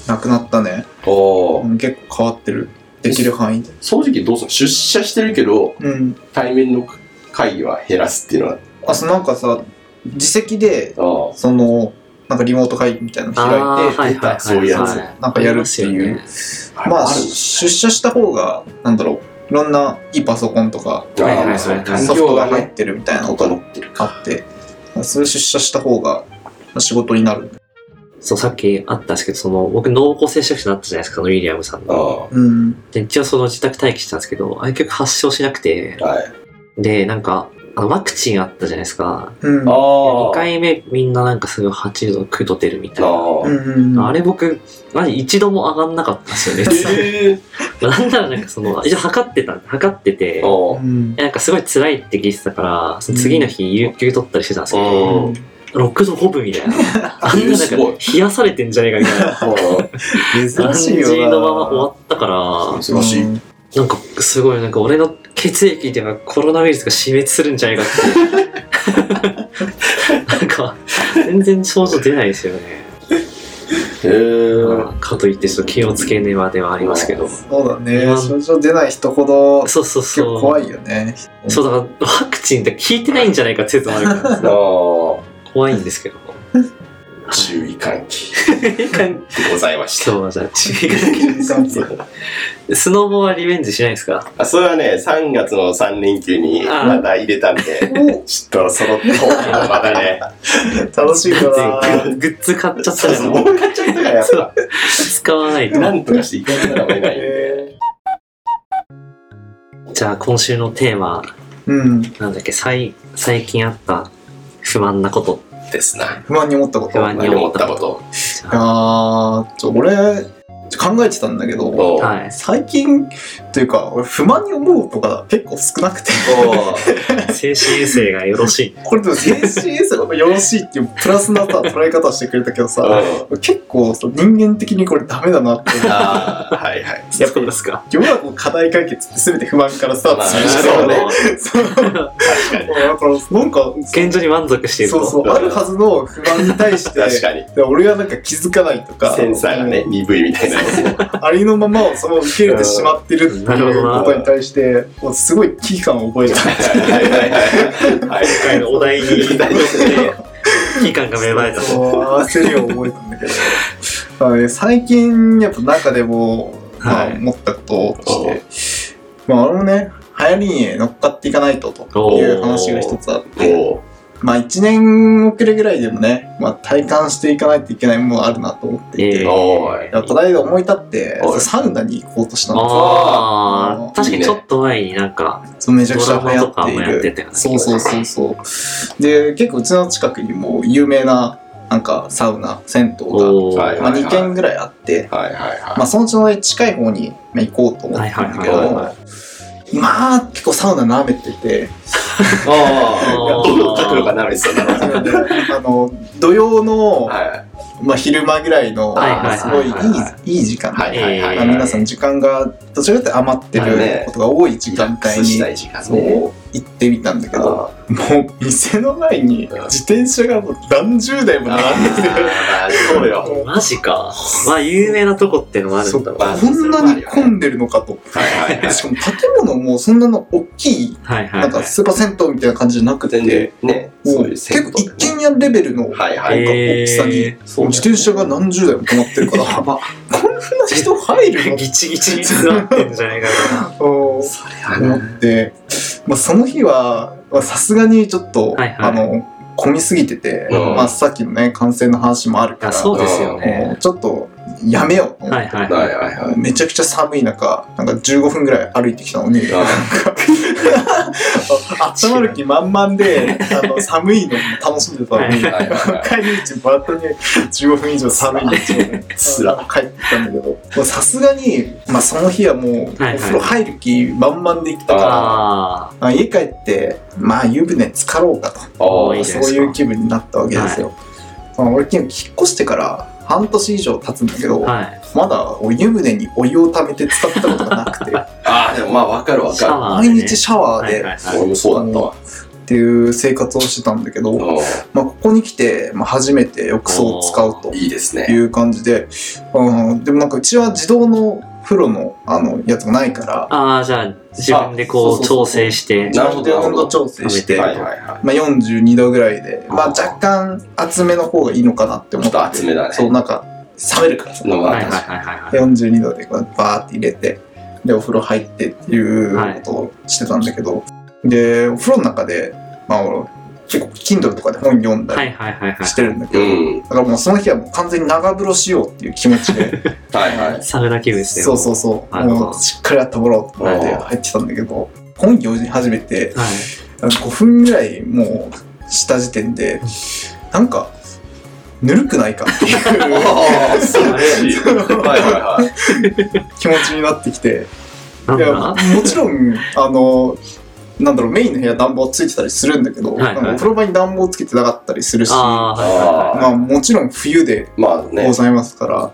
B: ごいなくなったね
A: お
B: う
A: ー
B: ん結構変わってるできる範囲で
A: 正直どうする出社してるけど、
B: うん
A: 対面の会議は減らすっていうのは、
B: あそうなんかさ自席で
A: あ
B: そのなんかリモート会議みたいなの開いて
C: あーはいはいはいはい
A: そういうやつ
B: なんかやるっていう
A: あ
B: まあ
A: あるん
B: 出社した方がなんだろういろんないいパソコンとか
A: だ
C: はいはいはい
A: そう環
B: ソフト
A: 境
B: が
A: が
B: 入っ
A: ね、
B: てるみたいなのが
A: 整ってる。
B: あってそれ出社した方が仕事になる
C: そう、さっきあったんですけど、その、僕、濃厚接触者になったじゃないですか、そのウィリアムさん
A: あ
C: の。
B: うん
C: で、一応その自宅待機したんですけど、あれ結局発症しなくて
A: あ、はい。
C: で、なんか、あのワクチンあったじゃないですか。
B: うん
A: あ
C: 2回目みんななんかすごい8度、9度出るみたいな。
A: あ
B: う
A: ー。
B: んうん
C: あれ僕、マジ一度も上がんなかったんですよね実 は。
A: ええ。
C: なんならなんかその、一応測ってた、測ってて、
A: お
B: う
A: ー
B: ん
C: なんかすごい辛いって聞いてたから、その次の日、有給取ったりしてたんですけ
A: う
C: ど、
A: ん
C: 6度5分みたいな。あんななんか
A: すごい
C: 冷やされてんじゃねえかみたいな。
B: 珍しい
C: 感じ
B: よ
C: のまま終わ
B: な
C: ったから、
A: 珍しい。
B: うん
C: なんかすごい、なんか俺の血液ではコロナウイルスが死滅するんじゃないかって。なんか、全然症状出ないですよね。
A: へー
C: まあかといってちょっと気をつけねばではありますけど。
B: そうだね
C: 今
B: 症状出ない人ほど
C: そうそう
B: 結
C: そう。
B: 構怖いよね
C: そうだから、ワクチンって効いてないんじゃないか説もある から
A: あー。
C: 怖いんですけど。
A: 注意喚起でございました。
C: そう、じゃあ、注意がスノボはリベンジしないですか
A: あそれはね、3月の3連休に
C: あー
A: まだ入れたんで、ちょっとその東京まだね、
B: 楽しい
C: グ
B: から
C: ッグッズ買っちゃった
A: そう
C: ら
A: そう、
C: もう
A: 儲 かっちゃったからやっぱ、
C: 使わないと。
A: なんとかしていかなきゃいけないんで。
C: じゃあ今週のテーマ、
B: うん
C: なんだっけ、最最近あった不満なこと。
A: ですな。
B: 不安に思ったこと
C: 不安に思ったこ
A: 思
C: と。
B: いやーちょ俺考えてたんだけど
A: おー
C: はい。
B: 最近というか俺不満に思うことが結構少なくて
A: おー
C: 精神衛生がよろしい。
B: これでも精神衛生がよろしいっていうプラスなさ捉え方をしてくれたけどさ
A: うん
B: 結構さ人間的にこれダメだなって
A: あーはいはい。
B: やっぱり
C: すか。
B: 世の中の課題解決って全て不満からスタートするし
A: まあね
B: そう
A: 確かに。
B: だからなんか
C: 現状に満足している
B: そ
C: と。
B: うそうあるはずの不満に対して
A: 確かに。
B: 俺がなんか気づかないとか
A: センサーがね、鈍いみたいな。
B: ありのままをそのまま受け入れてしまってるっていう
C: なるほどな
B: ことに対してもうすごい危機感を覚えた
A: はいはいはいはい。
C: 今回のお題に
A: いい題ですね
C: 期間が芽生えた。
B: そう焦りを覚えたんだけどまあね最近やっぱ中でも、まあ
C: はい
B: 思ったこととしてまあ俺もね流行りに乗っかっていかないとという話が一つあって
A: おー
B: まあ1年遅れぐらいでもね、まあ、体感していかないといけないものがあるなと思っていて、
C: ええ
A: おーい。
B: ただいま思い立って
A: おい
B: サウナに行こうとしたんですよ
C: あ
B: あー
C: あ、確かにちょっと前になんか、
B: そうめちゃくちゃ流行ってい
C: ドラマとかもやってたよ
B: る
C: ね
B: そうそうそうそうで結構うちの近くにも有名ななんかサウナ銭湯が
C: おー
A: はい
B: まあ、2軒ぐらいあって、
A: はいはいはい。
B: まあ、そのうちの近い方にまあ行こうと思ってるんだけど、
C: はいはいはい
A: は
B: 今、結構サウナ舐めてて、
A: どの角度かなるんですよね。
B: あの、土曜の、
A: はい
B: まあ、昼間ぐらいの、
C: はいはいはいはい
B: すごいいい、いい時間。
A: はいはいはい
B: まあ皆さん時間が、どちらかというと余って
A: はい
B: る
A: ね
B: ことが多い時
A: リラッ
B: 間
A: ク
B: 帯
A: ス
B: に、
A: したい時間
B: そう
A: ね。
B: 行ってみたんだけ
A: あ
B: ど、
A: ー
B: もう店の前に自転車がもう何十台も並んでて、
A: あー、そうよ。
B: もう
C: マジか。まあ、有名なとこってのもある
B: そ
C: ん
B: う
C: だろう
A: ま
C: な。
A: あ
B: こんなに混んでるのかと。
A: はいはいはい
B: しかも建物もそんなの大きい、
C: はいは
B: ないん
C: は
B: か
C: い。
B: スーパー銭湯みたいな感じじゃなく
A: 全
B: て
A: 然、ね、
B: も
A: そうういう
B: 結構一
A: ね。
B: 軒家レベルの
A: はいはい。
B: 大きさに
C: え
B: もう自転車が何十台も止まってるから、
A: やば
B: こんな人入る
C: ー、
B: の
C: ギチギチに詰まってんじゃないか
B: と
A: それは
B: 思
A: な。
B: って、まあ、その日はまあさすがにちょっと、
C: はいはい
B: あの混みすぎてて、
A: うん
B: まあ、さっきのね感染の話もある
C: な。
B: か
C: あ
B: ら
C: そうですよね
B: も。うちょっとやめようと思って、
C: はいはい。
A: はいはいはい。
B: めちゃくちゃ寒い中なんか15分ぐらい歩いてきたのに。あ温まる気満々であの寒いのも楽しんでたのに
A: はいはいはい
B: 帰り道バッとに15分以上寒い道をね
A: つら
B: 帰ってきたんだけどもうさすがに、まあ、その日はもう、
C: はい
B: お風呂入る気満々できたから
C: あ
B: あ家帰ってまあ湯船浸かろうかと
A: ああ、
C: いいじゃないですか
B: そういう気分になったわけですよ、まあ、俺結構引っ越してから半年以上経つんだけど、
C: あ。はい。
B: まだお湯船にお湯をためて使ったことがな くて
A: ああ、でもまあわかるわ
C: シ
A: か
C: ャ
A: る。
C: ワー
B: 毎
C: でね。
B: 日シャワー
C: はいは
B: で
C: い
A: 俺
C: はい。
A: もそうだったわ。
B: っていう生活をしてたんだけど、
A: う
B: まあ、ここに来て、まあ、初めて浴槽を使うと
A: んいいです
B: い
A: ね。
B: う感じで、うん、でもなんかうちは自動の風呂のあのやつがないから
C: ああ、じゃあ、自分でこ
B: あそう
C: う
B: そうそう
C: 調整して。
A: なるほど
B: 自動で温度調整して、
A: はいはいは
B: まあ、42度ぐらいで、まあ、
C: あー
B: 若干厚めの方がいいのかなって
A: い。
B: 思
A: ちょ
B: っ
A: ってと厚めだね。
B: そうなんか冷めるからさ
A: のが
C: はいはい
A: 確か
C: はいはいはい。
B: 42度でこうバーって入れてでお風呂入ってっていうことをしてたんだけど、でお風呂の中で、まあ、俺結構 Kindle とかで本読ん
C: は
B: だ
C: いはいはいは
B: りしてるんだけ
A: に。
B: ど、
A: うん。
B: だからもうその日はもう完全に長風呂しようっていう気持ちで
A: はいはい
C: い。。サウナ気分ですね。
B: そうそうそう、
C: はい
B: もうしっかり温まろうと思って
A: あー
B: 入ってたんだけど本読み始めて
C: はい。
B: 5分ぐらいもうした時点でなんかぬるくないかっ ていう
A: ああ、素晴らしい。はいはいはい。
B: 気持ちになってきて
C: なん
B: いやも
C: だ
B: ちろんあのなんだろうメインの部屋暖房ついてたりするんだけど、
C: はいはい
B: なんかお風呂場に暖房つけてなかったりするし
C: ああー、はいはいはい。
B: まあ、もちろん冬で
A: まあ
B: ご
A: ね。
B: ざいますから、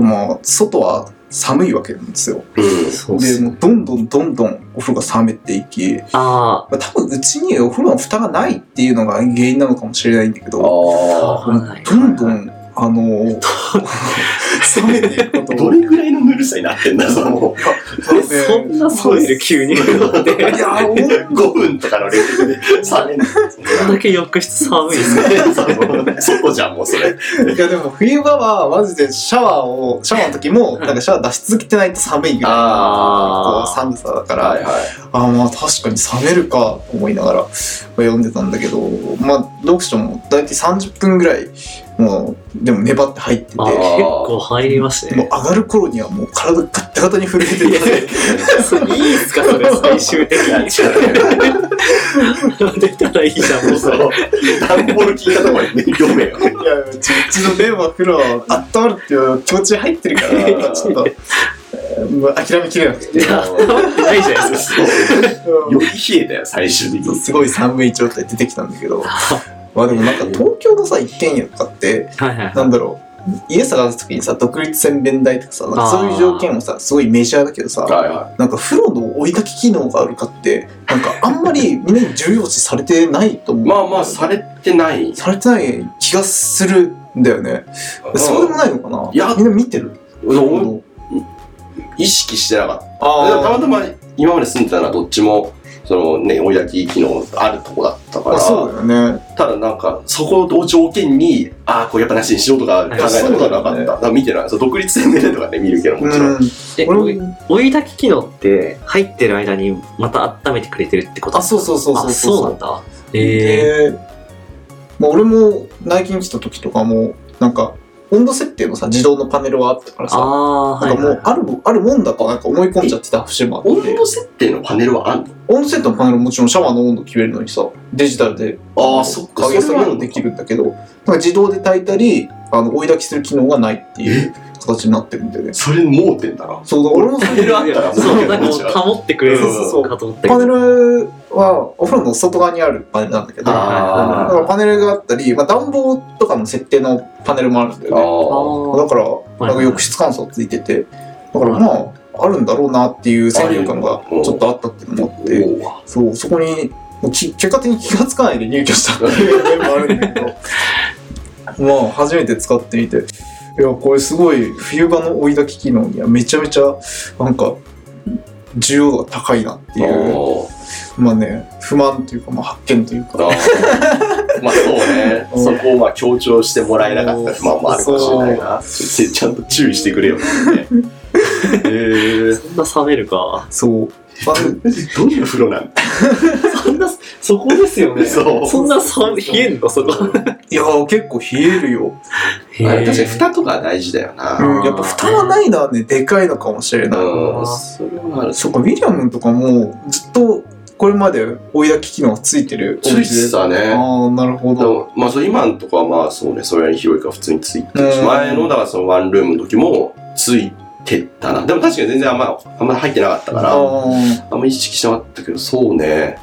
B: まあ、外は寒いわけなんですよ。
A: うん。
C: そうっ
B: ですもうどんどんどんどんお風呂が冷めていき、ま
C: あ
B: あ、多分うちにお風呂の蓋がないっていうのが原因なのかもしれないんだけど
A: ああ。
C: わかんない
B: どんどんあの冷めていくこと
A: どれぐらいのぬるさになってんだ、その。
C: あ、そんなソイル急に振るので、
B: いや温度
A: 5分とかのレベルで冷め
C: こんだけ浴室寒いですね。
A: る。外じゃん、もうそれ。
B: いやでも冬場はマジでシャワーをシャワーの時もなんかシャワー出し続けてないと寒いぐらいのこ
C: あ
B: う寒さだから、
A: はいはい。
B: ああまあ確かに冷めるかと思いながらまあ読んでたんだけどまあ読書も大体30分ぐらいもうでも粘って入ってて
C: あ
B: も
C: 結構入ります
B: う
C: ね。
B: 上がる頃にはもう体がガッタガタに震えてて
C: それいいっすか、それ、最終的
A: やっ
C: に。
A: ちゃうね。
C: 出たらいいじゃん、もう そ
A: そう
C: れ。。
A: 段ボール聞いたとこに読めよ。
B: いやうちうちの電話風呂は温まるっていう気持ち入ってるからちょっと、えーもう諦めきれなくて
C: ないじゃないですか。
A: より冷えたよ、最終的に。
B: すごい寒い状態出てきたんだけどまあでもなんか東京のさ一軒家とかって
C: はいはい
B: なんだろう家探す時にさ独立洗面台とかさなんかそういう条件もさすごいメジャーだけどさ
A: はいは
B: なんか風呂の追い焚き機能があるかってなんかあんまりみんなに重要視されてないと思
A: い。
B: う
A: まあまあ、されてない。
B: されてない気がするんだよねそうでもないのかない
A: や
B: みんな見てる
A: 俺意識してなかった。でもたまたま今まで住んでたのはどっちも、そのね、追い焚き機能あるとこだったか
B: あそう
A: ら、
B: だよね
A: ただなんか、そこを条件に、ああ、これやっぱなしにしようとか考えたことはなか
B: あそ
A: っ
B: うだね
A: た。だから見てない。そう独立宣明とかね、見るけどもちろん。
B: うん
C: え
B: 俺も
C: 追い追い炊き機能って、入ってる間にまた温めてくれてるってこと
B: あそうそうそうそう
C: あそうなんだ。ええ。
B: で、まあ、俺も内勤来た時とかもなんか温度設定のさ、自動のパネルはあったか
C: あ
B: らさ、
C: あ、
B: な
C: は
B: ん
C: い
B: かもう、ある、あるもんだかなんか思い込んじゃってた節もあっ
A: 温
B: て
A: 度、設定のパネルはあんの
B: 温度設定のパネルももちろんシャワーの温度決めるのにさ、デジタルで、
A: ああ、そっか、
B: 影
A: そ
B: 下
A: れ
B: げ
A: は
B: もできるんだけど、なんか自動で炊いたり、あの、追い炊きする機能がないっていう形になってるんだよね。
A: それ盲点だな。
B: そうだ、俺もそ
A: パネルあったらもう
C: そう、なんかもう保ってくれる
B: そうそうそう
C: かと思ったけ
B: パ
C: ど
B: ネ。ルはお風呂の外側にあるパネルなんだけど、だ
C: あ
B: からパネルがあったり、まあ、暖房とかの設定のパネルもあるんだよね。
C: あ
A: あ
B: だ
C: ー
B: から、
C: い
B: なんか浴室乾燥ついてて、だからまあ、あるんだろうなっていう先入観がちょっとあったっていうのもあって、
A: あ。
B: そう、そこに、もうき結果的に気がつかないで入居したっていう 面もあるんだけど、まあ、初めて使ってみて、いや、これすごい、冬場の追い炊き機能にはめちゃめちゃ、なんか、需要度が高いなっていう。まあね、不満というか、まあ、発見というか。
A: あーまあそうね、
B: うん
A: そこをまあ強調してもらえなかった不満もあるかもしれないなちょちゃんと注意してくれよねえー、
C: そんな冷めるか。
B: そう。まあ、
A: どういう風呂なんだ
C: そんな、そこですよ ね。
A: そう
C: そんな冷冷えんのそこ。
B: いやー、結構冷えるよ。
C: へー
A: あれ確かに蓋とか大事だよな
B: う
A: うん
B: ん、やっぱ蓋はないのはね、でかいのかもしれない。
A: それはある
B: そっか、ウィリアムとかも、ずっと、これまで追い焚き機能ついてるお
A: つい
B: 家
A: て
B: で。
A: たね
B: ああ、なるほ
A: で
B: ど。
A: もまあそう今のとこはまあそうねそれなりに広いから普通についてるし
B: うん
A: 前のだからそのワンルームの時もついてたなでも確かに全然あんまあんまり入ってなかったか
B: あ
A: ら
B: あー、
A: あんま意識してなかったけどそうね
B: へ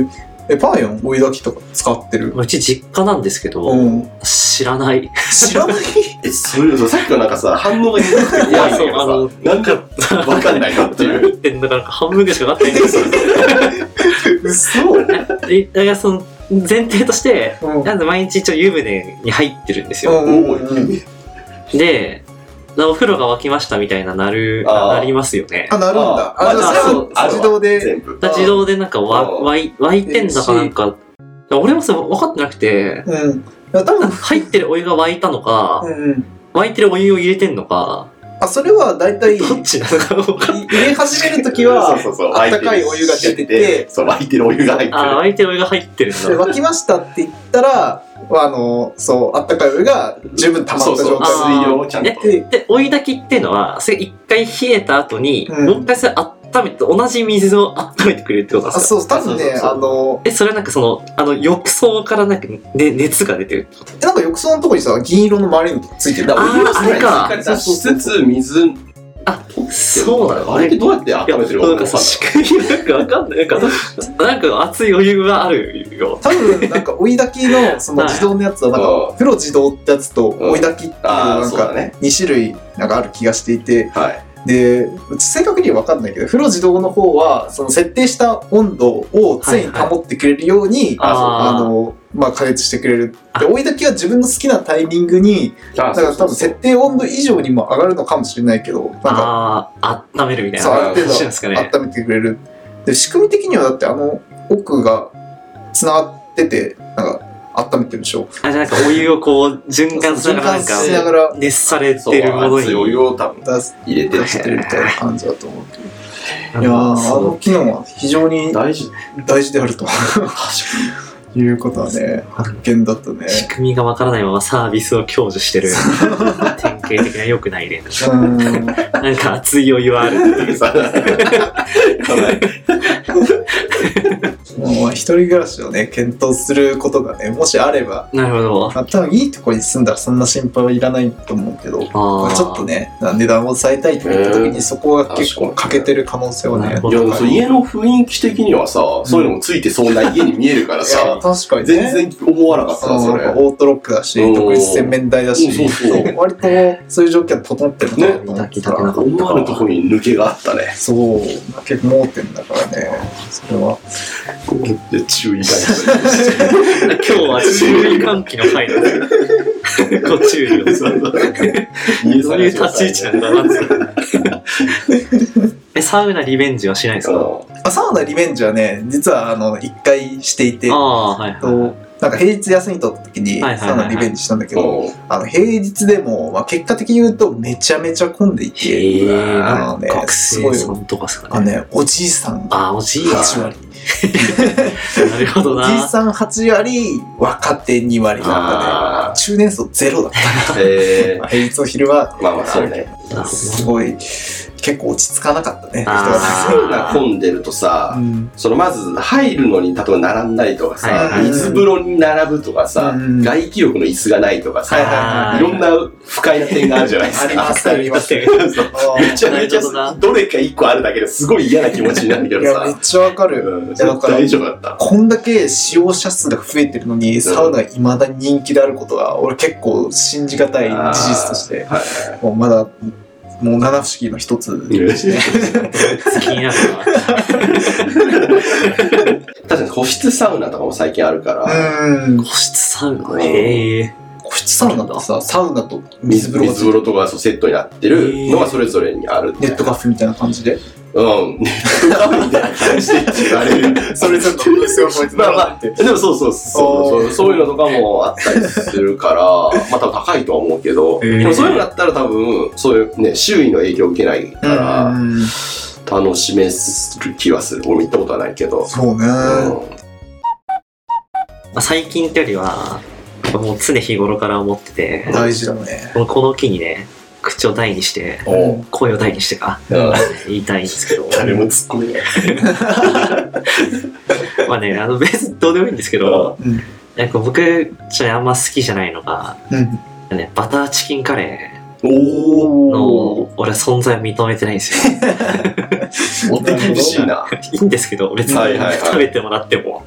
B: え。え、パーヨン追い焚きとか使ってる。
C: まあうち実家なんですけど、
B: うん。
C: 知ら ない。
B: 知らない
A: え、そういうのさっきのなんかさ、反応が弱くて怖いんだけ
C: いやそう
A: どさ、なんか、わかんないなっていう。
C: 言ってんだからなんか半分ぐらいしかなってないん ですよ。
B: 嘘うん。
C: えだからその前提として、
B: うん
C: なんで毎日一応湯船に入ってるんですよ。
B: うん
A: お
B: うん。
C: で、なお風呂が沸きましたみたいななる、
A: あー
C: なりますよね。
B: あ、なるんだ。あ、じゃあ、それ
A: そう
B: は自動で。
A: 全部。
B: あー
C: 自動でなんかわ
A: あー
C: わい沸いてんだかなんか、俺もそれ分かってなくて、
B: うん。いや、多分、
C: 入ってるお湯が沸いたのか、
B: うんうん。
C: 沸いてるお湯を入れてんのか、
B: あ、それは大体、
C: どっちなのか分かんない。
B: 入れ始めるときは、
A: そうそうそう
B: あったかいお湯が出てて、
A: そう、沸いてるお湯が入って
C: あー、
A: る。
C: 沸いてるお湯が入ってるん
B: で
C: だ。
B: 沸きましたって言ったら、まあ、あの、そう、あったかいお湯が十分溜まった状
A: そうそう
C: あ
B: 態
A: 水量をちゃんと。
B: で、
C: で、追い炊きっていうのは、それ一回冷えた後に、
B: うん
C: もう一回それ温めて、同じ水を温めてくれるってこと
B: あ
C: なんですか
B: そう、多分ね、
A: そうそうそう
B: あの、
C: え、それはなんかその、あの、浴槽からなんか、ね、熱が出てるってこと
B: えなんか浴槽のとこにさ、銀色の周りについてる。
A: だ
B: だ
A: からお湯をさらにし
C: あーあれ
A: っ
C: か
A: かり出しつつ、水、
C: そうなの
A: あれってどうやって
C: いや、
A: 温めてる
C: なん
A: の
C: かさ、仕組みなんかわかんない。なんか、なんか熱い余裕があるよ。
B: 多分、なんか追い炊きの、その自動のやつは、なんか、
A: うん
B: 風呂自動ってやつと追い炊きっていう、
A: ああ、
B: なん
A: そうだ
B: か、
A: ね。
B: 2種類、なんかある気がしていて、
A: はい。
B: で、うち正確には分かんないけど、風呂自動の方は、その設定した温度を常に保ってくれるように、あ
C: あ
B: の、まあ、加熱してくれる。で、
C: あ
B: 追い炊きは自分の好きなタイミングに、
A: だ
B: だから多分設定温度以上にも上がるのかもしれないけど、なんか
C: ああー、温めるみたい
B: そう
A: あ
C: な。
A: る程度
C: 話なんですかね。
B: 温めてくれる。で、仕組み的にはだってあの奥が繋がってて、なんか温めてるでしょ。
C: あ、じゃあなんかお湯をこう、循環しながらなん
B: 循環しな
C: か、
B: がら
C: 熱され
A: そう
C: てるもの
A: 熱いお湯
C: に。
A: を多分
B: 出す
A: 入れて
B: 出
A: る。
B: してるみたいな感じだと思うけど。
C: なんか
B: いやーあの
C: そ
B: 機能は非常に
A: 大事。
B: 大事であるということはね、発見だったね
C: う。。 仕組みがわからないままサービスを享受してる。典型的な良くない例。
B: うん
C: なんか熱いお湯はある。
A: さ
B: もう一人暮らしをね検討することがねもしあれば、
C: なるほど。
B: まあ、多分いいとこに住んだらそんな心配はいらないと思うけど
C: あ
B: まあ
C: ー
B: ちょっと。ね値段を抑えたいといった時
A: う
B: にそこが結構欠けてる可能性は
C: な
B: ね
C: るほ
A: い
C: ど
A: や、そう家の雰囲気的にはさ、そういうのもついてそうな家に見えるから
B: いや
A: さ、
B: 確かにね
A: 全然思わなかったな、そ
B: そ
A: れ。
B: れオートロックだし
A: うん
B: 独立洗面台だし
A: うんそうそう
B: そう割とそういう条件整ってるのかなと思ってたら、
C: ね
A: 思わぬとこに抜けがあったね。
B: そう結構盲点だからねそれは
A: で注意喚
C: 今日は注意喚起の回 だね。ご注意を。
A: 起。そう
C: そういう立ち位置なんだなって。 え、サウナリベンジはしないですか
B: あサウナリベンジはね実はあの1回していて
C: ああ、はいはいはい。
B: となんか平日休み取った時に
C: はいはいはい
B: サウナリベンジしたんだけど、
A: うん
B: あの平日でも、まあ、結果的に言うとめちゃめちゃ混んでいて、
C: へえ、
B: あのね
C: 学
B: すご
C: 生
B: い
C: さんとかです
B: あ
C: か
B: の
C: ね。
B: ね、おじいさんが
C: ああ、おじい
B: 8
C: ちゃん。
B: 割、
C: なるほど
B: おじい
C: な。
B: さん8割、若手2割なんかね、
A: あ
B: 中年層ゼロだった
A: え
B: な平日の昼は
A: ー、まあまあそうね
C: なる
B: す
C: ほど
B: ごい結構落ち着かなかったね人
C: あー
B: が
A: 変な混んでるとさ、
B: うん
A: そのまず入るのに例えば並んだりとかさ、
C: はいはい
A: 水風呂に並ぶとかさ、
B: うん
A: 外気力の椅子がないとかさ、
B: はい
C: はい
A: いろんな不快な点があるじゃないですか。
B: ありますあります
A: そう
B: あ
A: めちゃめち
C: なるほど
A: ゃ
C: な
A: どれか一個あるだけですごい嫌な気持ちになるけ
B: ーい
A: ど
B: やめっ
A: さ、
B: ちゃわかる
A: うん、
B: いやだから
A: 大丈夫だった。
B: こんだけ使用者数が増えてるのに、サウナが未だに人気であることは、俺結構信じがたい事実として、
A: はい
B: もうまだ、もう七不思議の一つですね。
C: 気にな るわ。
A: 確かに個室サウナとかも最近あるから、
B: うん。
C: 個室サウナへえ。
B: 個室サウナってさ、サウナと水風呂が
A: 水風呂とかそうセットになってるのがそれぞれにあるって
B: ネットカフェみたいな感じで。
A: うん。ネットカフェみたいな感じでって言われる。
B: それぞれのブースが覚えて
A: ま
B: た
A: あ
B: ら
A: まあ、でもそうそうそうそう。そういうのとかもあったりするから、 まあ多分高いとは思うけど、
B: へー
A: でもそういうのだったら多分、そういうね、周囲の影響を受けないから、
B: うん
A: 楽しめる気はする。俺も行ったことはないけど。
B: そうね。
A: う
C: まあ最近ってよりは、もう常日頃から思ってて、
B: 大事だね。
C: このこの機にね、口を大にして、
A: ん。おう
C: 声を大にしてか、
A: うん
C: 言いたいんですけど、
A: 誰も突っ込めない。
C: まあね、あの別にどうでもいいんですけど、
B: うん
C: なんか僕、ちょっとあんま好きじゃないのが、
B: うん。
C: ね、バターチキンカレー
A: おー。
C: の、俺は存在を認めてないんですよ。
A: お手厳しいな。
C: いいんですけど、別に、
A: はいはいはい
C: 食べてもらっても。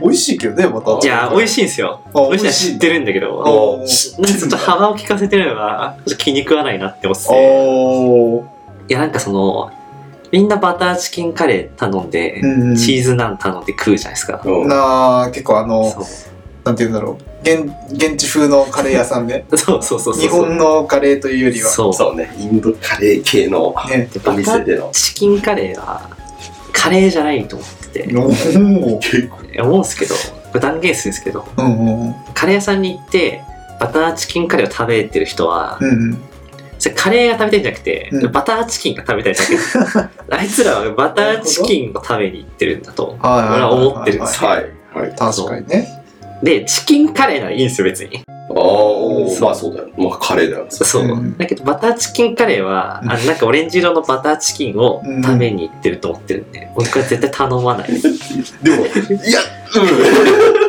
B: 美味しいけどね、また。
C: いや、美味しいんですよ。美味しいのは知って
B: る。
C: るんだけど、
B: お
C: なんかちょっと幅を利かせてるのが、ちょっと気に食わないなって思ってて。
B: おー。
C: いや、なんかその、みんなバターチキンカレー頼んで、
B: うんうん
C: チーズナン頼んで食うじゃないですか。
A: うん
B: なあ、結構あの、
C: そう
B: なんて言うんだろう現現地風のカレー屋さんで
C: そうそうそうそう。
B: 日本のカレーというよりは
C: そう。
A: そうね、インドカレー系の
B: ね
C: で
A: お
C: バ
A: 店
C: ター
A: での。
C: チキンカレーは、カレーじゃないと思ってて、
B: おー
A: 結構。
C: 思うんですけど、これ断言するんですけど、
B: うんうん
C: カレー屋さんに行って、バターチキンカレーを食べてる人は
B: う、んうん
C: それカレーが食べたいんじゃなくて、
B: うん
C: バターチキンが食べたいだけです あいつらはバターチキンを食べに行ってるんだと。
B: はいはい
C: 俺は思ってるんです
A: はい。はい。
B: 確かにね
C: で、チキンカレーならいいんですよ、別に。
A: ああ、
C: そう
A: まあそうだよ。まあカレーだよ。
C: そう
B: うん。
C: だけど、バターチキンカレーは、
B: うん
C: あのなんかオレンジ色のバターチキンを
B: うん
C: 食べに行ってると思ってるんで、僕は絶対頼ま ない。
A: でも、いや、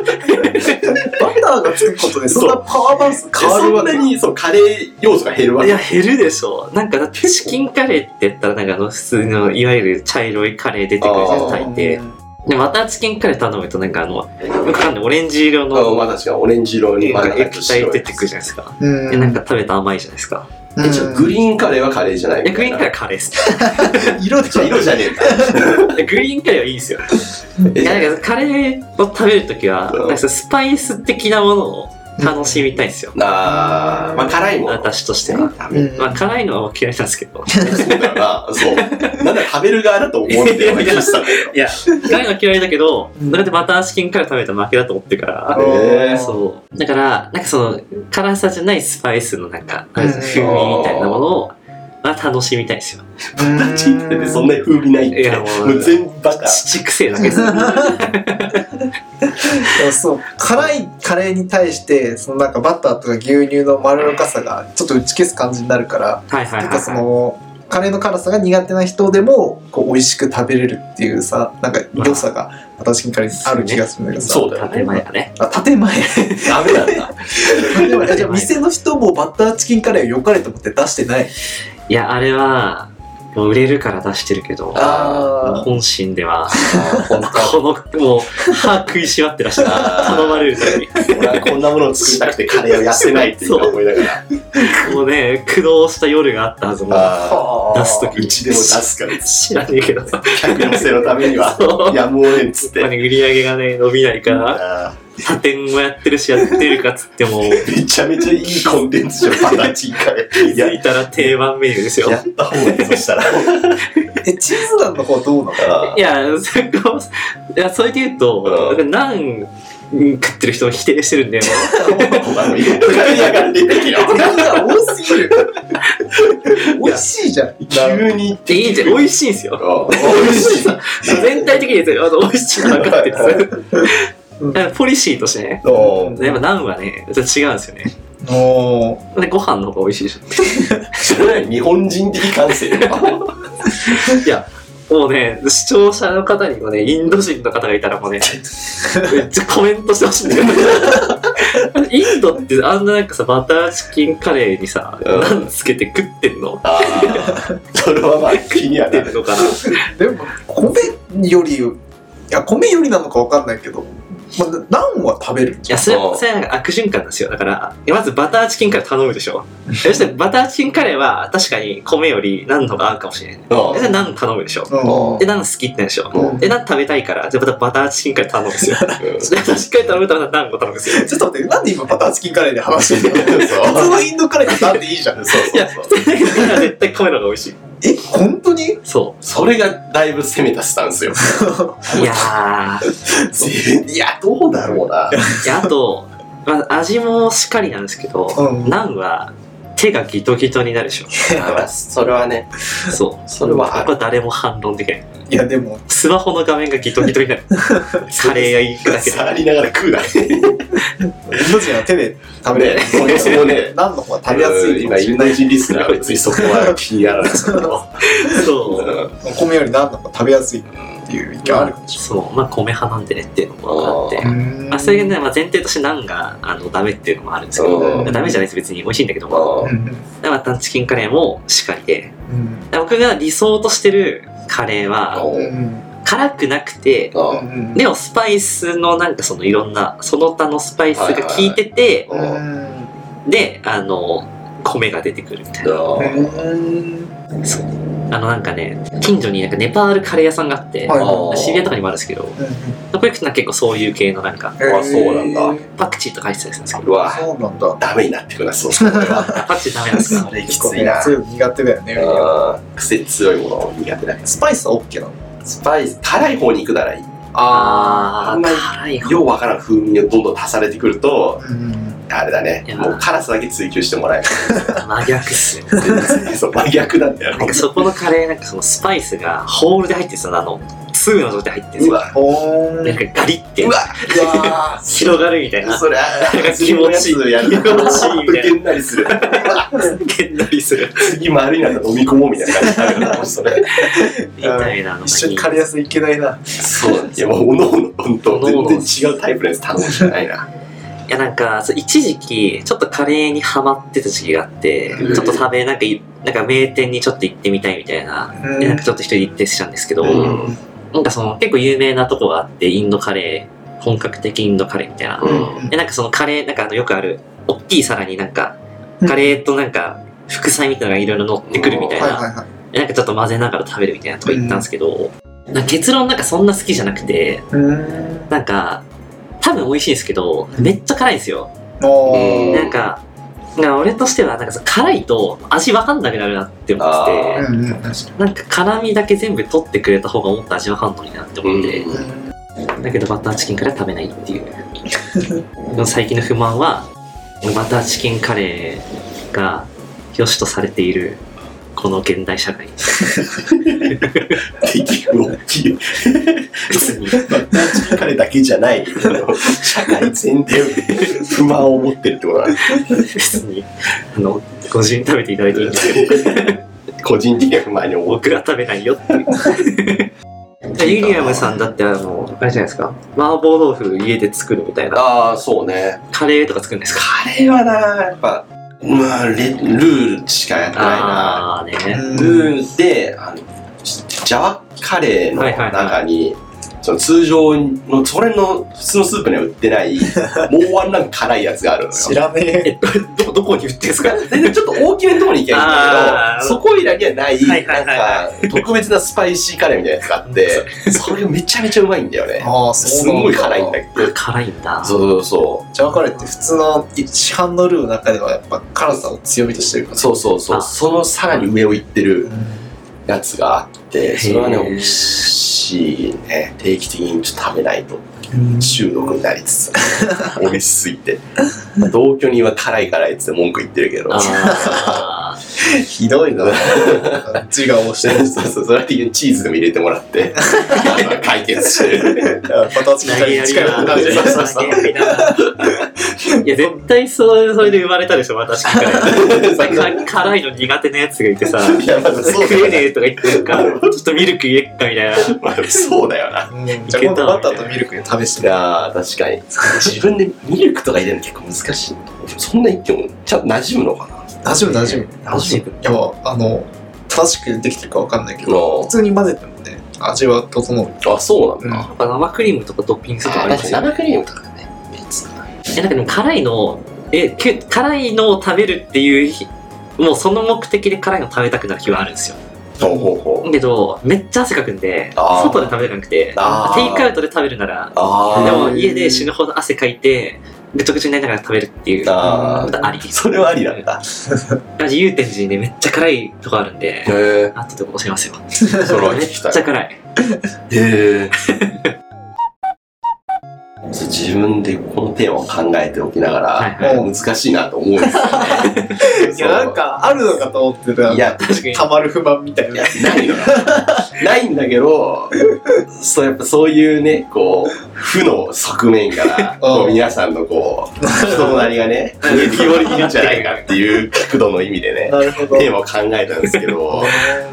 B: バターがつくことでそんなパワーバランス
A: うん。
B: 変わる
A: そ
B: わ
A: ん
B: け
A: なに、そう、カレー要素が減るわ
C: い
A: け。
C: や、減るでしょ。なんかだって、チキンカレーって言ったら、なんかあの、普通の、いわゆる茶色いカレー出てくるじゃ
A: あー
C: ん、炊いて。で、またチキンカレー頼むと、なんかあの、よくわかんないオレンジ色
A: あの、
C: の、
A: まあ確かにオレンジ色に
C: なん
A: 真ん
C: か
A: 中と
C: 液体
A: 白
C: 出
A: い
C: てくるじゃないですか。
B: うん
C: で、なんか食べたら甘いじゃないですか。
B: う
A: え、じゃあ
B: ん
A: グリーンカレーはカレーじゃない
C: で、グリーンカレー
A: ー。
C: はカレーっす。
B: 色
A: じゃあ色じゃねえか。
C: でグリーンカレーはいいんですよ。
A: え
C: い
A: じゃ
C: や、
A: あ
C: なんかカレーを食べるときは、なんかそのスパイス的なものを楽しみたいんですよ。
A: あー、まあ辛いもん。
C: 私としては。
A: ダ
B: う
A: メ。
B: ん
C: まあ、辛いのは嫌いなんですけど。
A: そうだよな。そう。なんだ食べる側だと思ってたよ聞いてたんだけど。
C: いや、辛いのは嫌いだけど、
B: うん
C: だってバターチキンカレー食べたら負けだと思ってるから。
A: えー
C: そう。だから、なんかその、辛さじゃないスパイスのなんか、
B: うん
C: 風味みたいなものを、まあ楽しみたいですよ。
A: バターチキンってそんなに風味ないっ
C: い
A: て。
C: や
A: も
C: もう
A: う全部バター。
C: 父くせえだけで す。
B: うんそう辛いカレーに対してそのなんかバターとか牛乳のまろやかさがちょっと打ち消す感じになるから
C: はいはいはい、
B: なんかそ
C: はい。
B: のカレーの辛さが苦手な人でもこう美味しく食べれるっていうさなんか良さが私にカレーにある気がするんだけどさ、
A: そうだよね
C: 建前がね。
B: あ建前
A: ダメなんだ。
B: でも じゃあ店の人もバターチキンカレーを良かれと思って出してない
C: いや、あれは、もう売れるから出してるけど、
B: あ
C: 本心では、
A: 本
C: この、もう、歯食いしばってらっしゃる。頼まれるために。
A: 俺はこんなものを作りたくてカレーをやってないっていうのを思いながら。
C: もうね、苦労した夜があったはずも、
A: あ
B: あ
C: 出すと
A: ーうちでも出すから。
C: 知らねえけどさ。
A: 客寄せのためには
C: そう
A: やむをえんっつって
C: まあね売り上げがね、伸びないから、
A: あ
C: 他店もやってるし、やってるかっつっても、
A: ーめちゃめちゃいいコンテンツじゃんバターチンカレー
C: 気づいたら定番メニューですよ。
A: やった方がいいそしたら
B: えチーズナンの方どうなの
A: あ
C: いや、そこ、いや、それで言うと、
A: う
C: ナン食ってる人を否定してるんで、も
A: ー他のいろんな盛り上がってきよ
B: 敵が多すぎる美味しいじゃん
A: 急に
C: ういいじゃん、美味しいんですよ。
A: 美味しい
C: 全体的にですよあの美味しいの分かってるんです
B: うん
C: だからポリシーとしてね、
A: おー
C: やっぱナンはね、ちょっと違うんですよね。
B: おー
C: で、ご飯の方が美味しいでしょ。
A: それ日本人的感性
C: いや、もうね、視聴者の方にもね、インド人の方がいたらもうね、めっちゃコメントしてほしいんだよね。インドってあんななんかさ、バターチキンカレーにさ、
A: うん
C: ナンつけて食ってんの
A: あーそれはまあ気には
C: 食
A: な
C: って
A: る
C: んのかな
B: でも米よりいや米よりなのかわかんないけど、まあ、ナンは食べるん
C: い
B: じゃ
C: や、それ
A: うん
C: それはなんか悪循環なんですよ。だから、まずバターチキンカレー頼むでしょ。そしてバターチキンカレーは確かに米よりナンの方が合うかもしれない。
A: うん
C: で、ナン頼むでしょ。
B: ん。うん
C: で、ナン好きってんでしょ。
B: うん
C: で、ナン食べたいから、じゃあまたバターチキンカレー頼むん ですよ。そ れバターチキンカレー頼むとまたナンを頼むんですよ。
B: ちょっと待って、なんで今バターチキンカレーで 話してるの普通
A: そ
B: のインドカレーってなんでいいじゃん。
A: うそう
C: いや、
A: そう
C: 普通にだから絶対米の方が美味しい。
B: え、本当に
C: そ
A: それがだいぶ攻めたスタンスよ
C: う。いやー。
A: いやどうだろうな
C: であと、まあ、味もしっかりなんですけど、
B: うん
C: ナンは手がギトギトになるでしょ。
A: まあそれはね
C: そう。
A: それはある
C: これ誰も反論できない。
B: いや、でも、
C: スマホの画面がギトギトに なる。カレー屋行くだけで。
A: 触りながら食うだけ
B: インド人は手で食べれる。
A: ね
B: そもね、ナンの方が食べやすい
A: 今
B: かもし
A: イン
B: れ
A: ド
B: ない。
A: 人リスナーは別にそこは気にならないですけど
C: そう。
B: 米よりナンの方が食べやすいっていう意見あるかもし
C: そう。まあ、米派なんでねっていうのもあって
A: あ
B: れ。ない。
C: まあ、それがね、まあ、前提としてナンがあのダメっていうのもあるんですけど、
A: うん
C: ダメじゃないです別に美味しいんだけども、
A: あ
B: うん
C: でまたチキンカレーもしかりで、
B: うん
C: で僕が理想としてるカレー
A: あ
C: は、
B: うん
C: 辛くなくて、
A: あ
B: う
A: あ
B: ん
C: でもスパイスのなんかそのいろんな、その他のスパイスが効いてて、
B: う
A: あ
B: ん
C: で、あの、米が出てくるみたいな。
B: うん
C: そうあのなんかね、近所になんかネパールカレー屋さんがあって、
B: はい
A: はい
C: 知り合いとかにもあるんですけど、そこ行くとなんか結構そういう系のなんか、
A: あそうなんだ
B: へ
C: パクチーとか入ってたりするんですけ
A: う
C: ど、
B: ー
A: わ
B: そうなんだ。
A: ダメになってくるなそうそれは
C: パクチーダメなんですか
A: それきついな
B: そういうの苦手だよね。
A: あー癖強いもの苦手だ
B: スパイスは OK なの
A: スパイス辛い方に行くならいい
C: あ
A: あん
C: ー、
A: まり
C: 辛い方
A: ようわからん風味がどんどん足されてくると
B: うん
A: あれだね
C: いや
A: もう辛さだけ追求してもらえる
C: 真逆っすよ。
A: 全然 そう真逆なんだよ
C: なんかそこのカレー、なんかそのスパイスがホールで入ってたの、あの、2の状態入ってるんです
A: う
C: よ。
A: わ
B: お
C: なん
B: ー
C: かガリって
A: うわ
C: 広がるみたいな。
A: そりゃ
C: 気持ちいい
A: やる
C: 気持ちいいみたいな
A: げんなりする
C: げんな りする。
A: 次丸いなら飲み込もうみたいな感じになるよなそれ
C: みたいなのがいい。
B: 一緒にカレー屋さん行けないな。
A: そうなんですよもうおのおのほんと
C: おのおの
A: 全然違うタイプのやつ頼むしかないない
C: やなんか、そう一時期、ちょっとカレーにハマってた時期があって、
A: うん
C: ちょっと食べ、なんかい、なんか名店にちょっと行ってみたいみたいな。でなんかちょっと一人で行ってしたんですけど、
A: うん
C: なんかその結構有名なとこがあって、インドカレー、本格的インドカレーみたいな。
A: うん
C: でなんかそのカレーなんかあのよくある大きい皿になんかカレーとなんか副菜みたいなのがいろいろ乗ってくるみたいな、
B: はいはいはい。
C: でなんかちょっと混ぜながら食べるみたいなとこ行ったんですけど、なんか結論なんかそんな好きじゃなくて
B: うん。
C: なんか多分美味しいんですけどめっちゃ辛いんですよ、
A: うん
C: なんかなんか俺としてはなんかさ辛いと味わかんなくなるなって思っ
A: あ
C: て
A: ー
C: て
B: うんうん確か
C: なんか辛みだけ全部取ってくれた方がもっと味わかんのになって思って、
A: うん
C: だけどバターチキンカレーは食べないっていうでも 最近の不満はバターチキンカレーが良しとされているこの現代社会
A: 敵が大きい
C: 別に
A: バッターチキンカレーだけじゃない社会全体で不満を持ってるってことなんで
C: 別にあのご自由に食べていただいていいんです けど
A: 個人的な不満に思って
C: 僕は食べないよっていう ユリアムさんだってあのあれじゃないですか麻婆豆腐家で作るみたいな
A: ああそうね
C: カレーとか作るんですか
A: カレーはなやっぱまあレルールしかやってないな
C: ああね
B: に。
A: ルールであのジャワカレーの中に、その通常のそれの普通のスープには売ってないもうワンランク辛いやつがあるの
B: 知
A: よ
B: らねえ。
C: えど どこに売ってるんですか
A: 全然ちょっと大きめのところに行けばいいんだ
C: あー
A: けどそこいらにはない
C: はいはいはいは
A: なんか特別なスパイシーカレーみたいなやつがあってそれめちゃめちゃうまいんだよね
B: ああ、
A: す
B: なん
A: ごい辛いんだ
B: け
A: けど
C: 辛いんだ
A: そうそうそ
B: ど。ジャワカレーって普通の市販のルーの中ではやっぱ辛さを強みとしてるか
A: う
B: ら。
A: そうそうそう
C: あ
A: そのさらに上を行ってる
B: うん
A: やつがあってそれはね
C: へー
A: 美味しいね定期的にちょっと食べないと中毒になり つつ美味しすぎて同居人は辛い辛いっつって文句言ってるけど
C: あー
B: ひどいな。自我をしてる。
A: そうそう、それでチーズでも入れてもら って、解決してる。
B: パターン
C: 投げやりな。
B: 感
C: 投
B: じ
C: げ
B: で。
C: やりな。いや、絶対そう、それで生まれたでしょ、私から。 辛いの苦手なやつがいてさ、
A: いや、まあ、そう
C: 食
A: だ
C: え
A: よ
C: ねえとか言ってるから、ちょっとミルク入れっかみたいな。
A: な。まあ、そうだよな。
B: じゃあ今度バターとミルクで試し
A: い
B: て。
A: やー確かに。自分でミルクとか入れるの結構難しいと思う。そんな言っても、ちゃんと馴染むのかな
B: 大丈夫大丈夫。い
C: 楽しい。
B: やまああの正しくできてるかわかんないけど、普通に混ぜてもね味は整う。
A: あ、そうなんだ。
C: なんか生クリームとかトッピングするとかあ
A: あ
C: ります
A: 確かに
C: よね。
A: 生クリームとかね、いつかな。
C: え、なんかでも辛いの、え、け辛いのを食べるっていう日、もうその目的で辛いの食べたくなる日はあるんですよ。
A: ほうほうほう。
C: けど、めっちゃ汗かくんで、
A: あー
C: 外で食べれなくて、
A: あー
C: テイクアウトで食べるなら、
A: あー
C: でも家で死ぬほど汗かいて、ぐちょぐちょになりながら食べるっていう。
A: あ
C: ま
A: ー
C: たあり。
A: それはありなんだ。
C: 私、祐天寺にね、めっちゃ辛いとこあるんで、
A: へえ。
C: あとで教えますよ。
A: それは
C: め
A: 聞
C: っ
A: き
C: ち
A: たい。
C: ゃ辛い。
A: へえ。自分でこのテーマを考えておきながら、
C: はい
B: はい
A: 難しいなと思うんですよね
B: いやなんかあるのかと思ってた。
A: いや、
C: 確かに。
B: たまる不満みたい
A: い
B: な
A: や。ないのよないんだけど、そうやっぱそういうね、こう、負の側面から、こう皆さんのこう、人となりがね、見えてきてるんじゃないかっていう角度の意味でね、
B: なるほど。
A: テーマを考えたんですけど、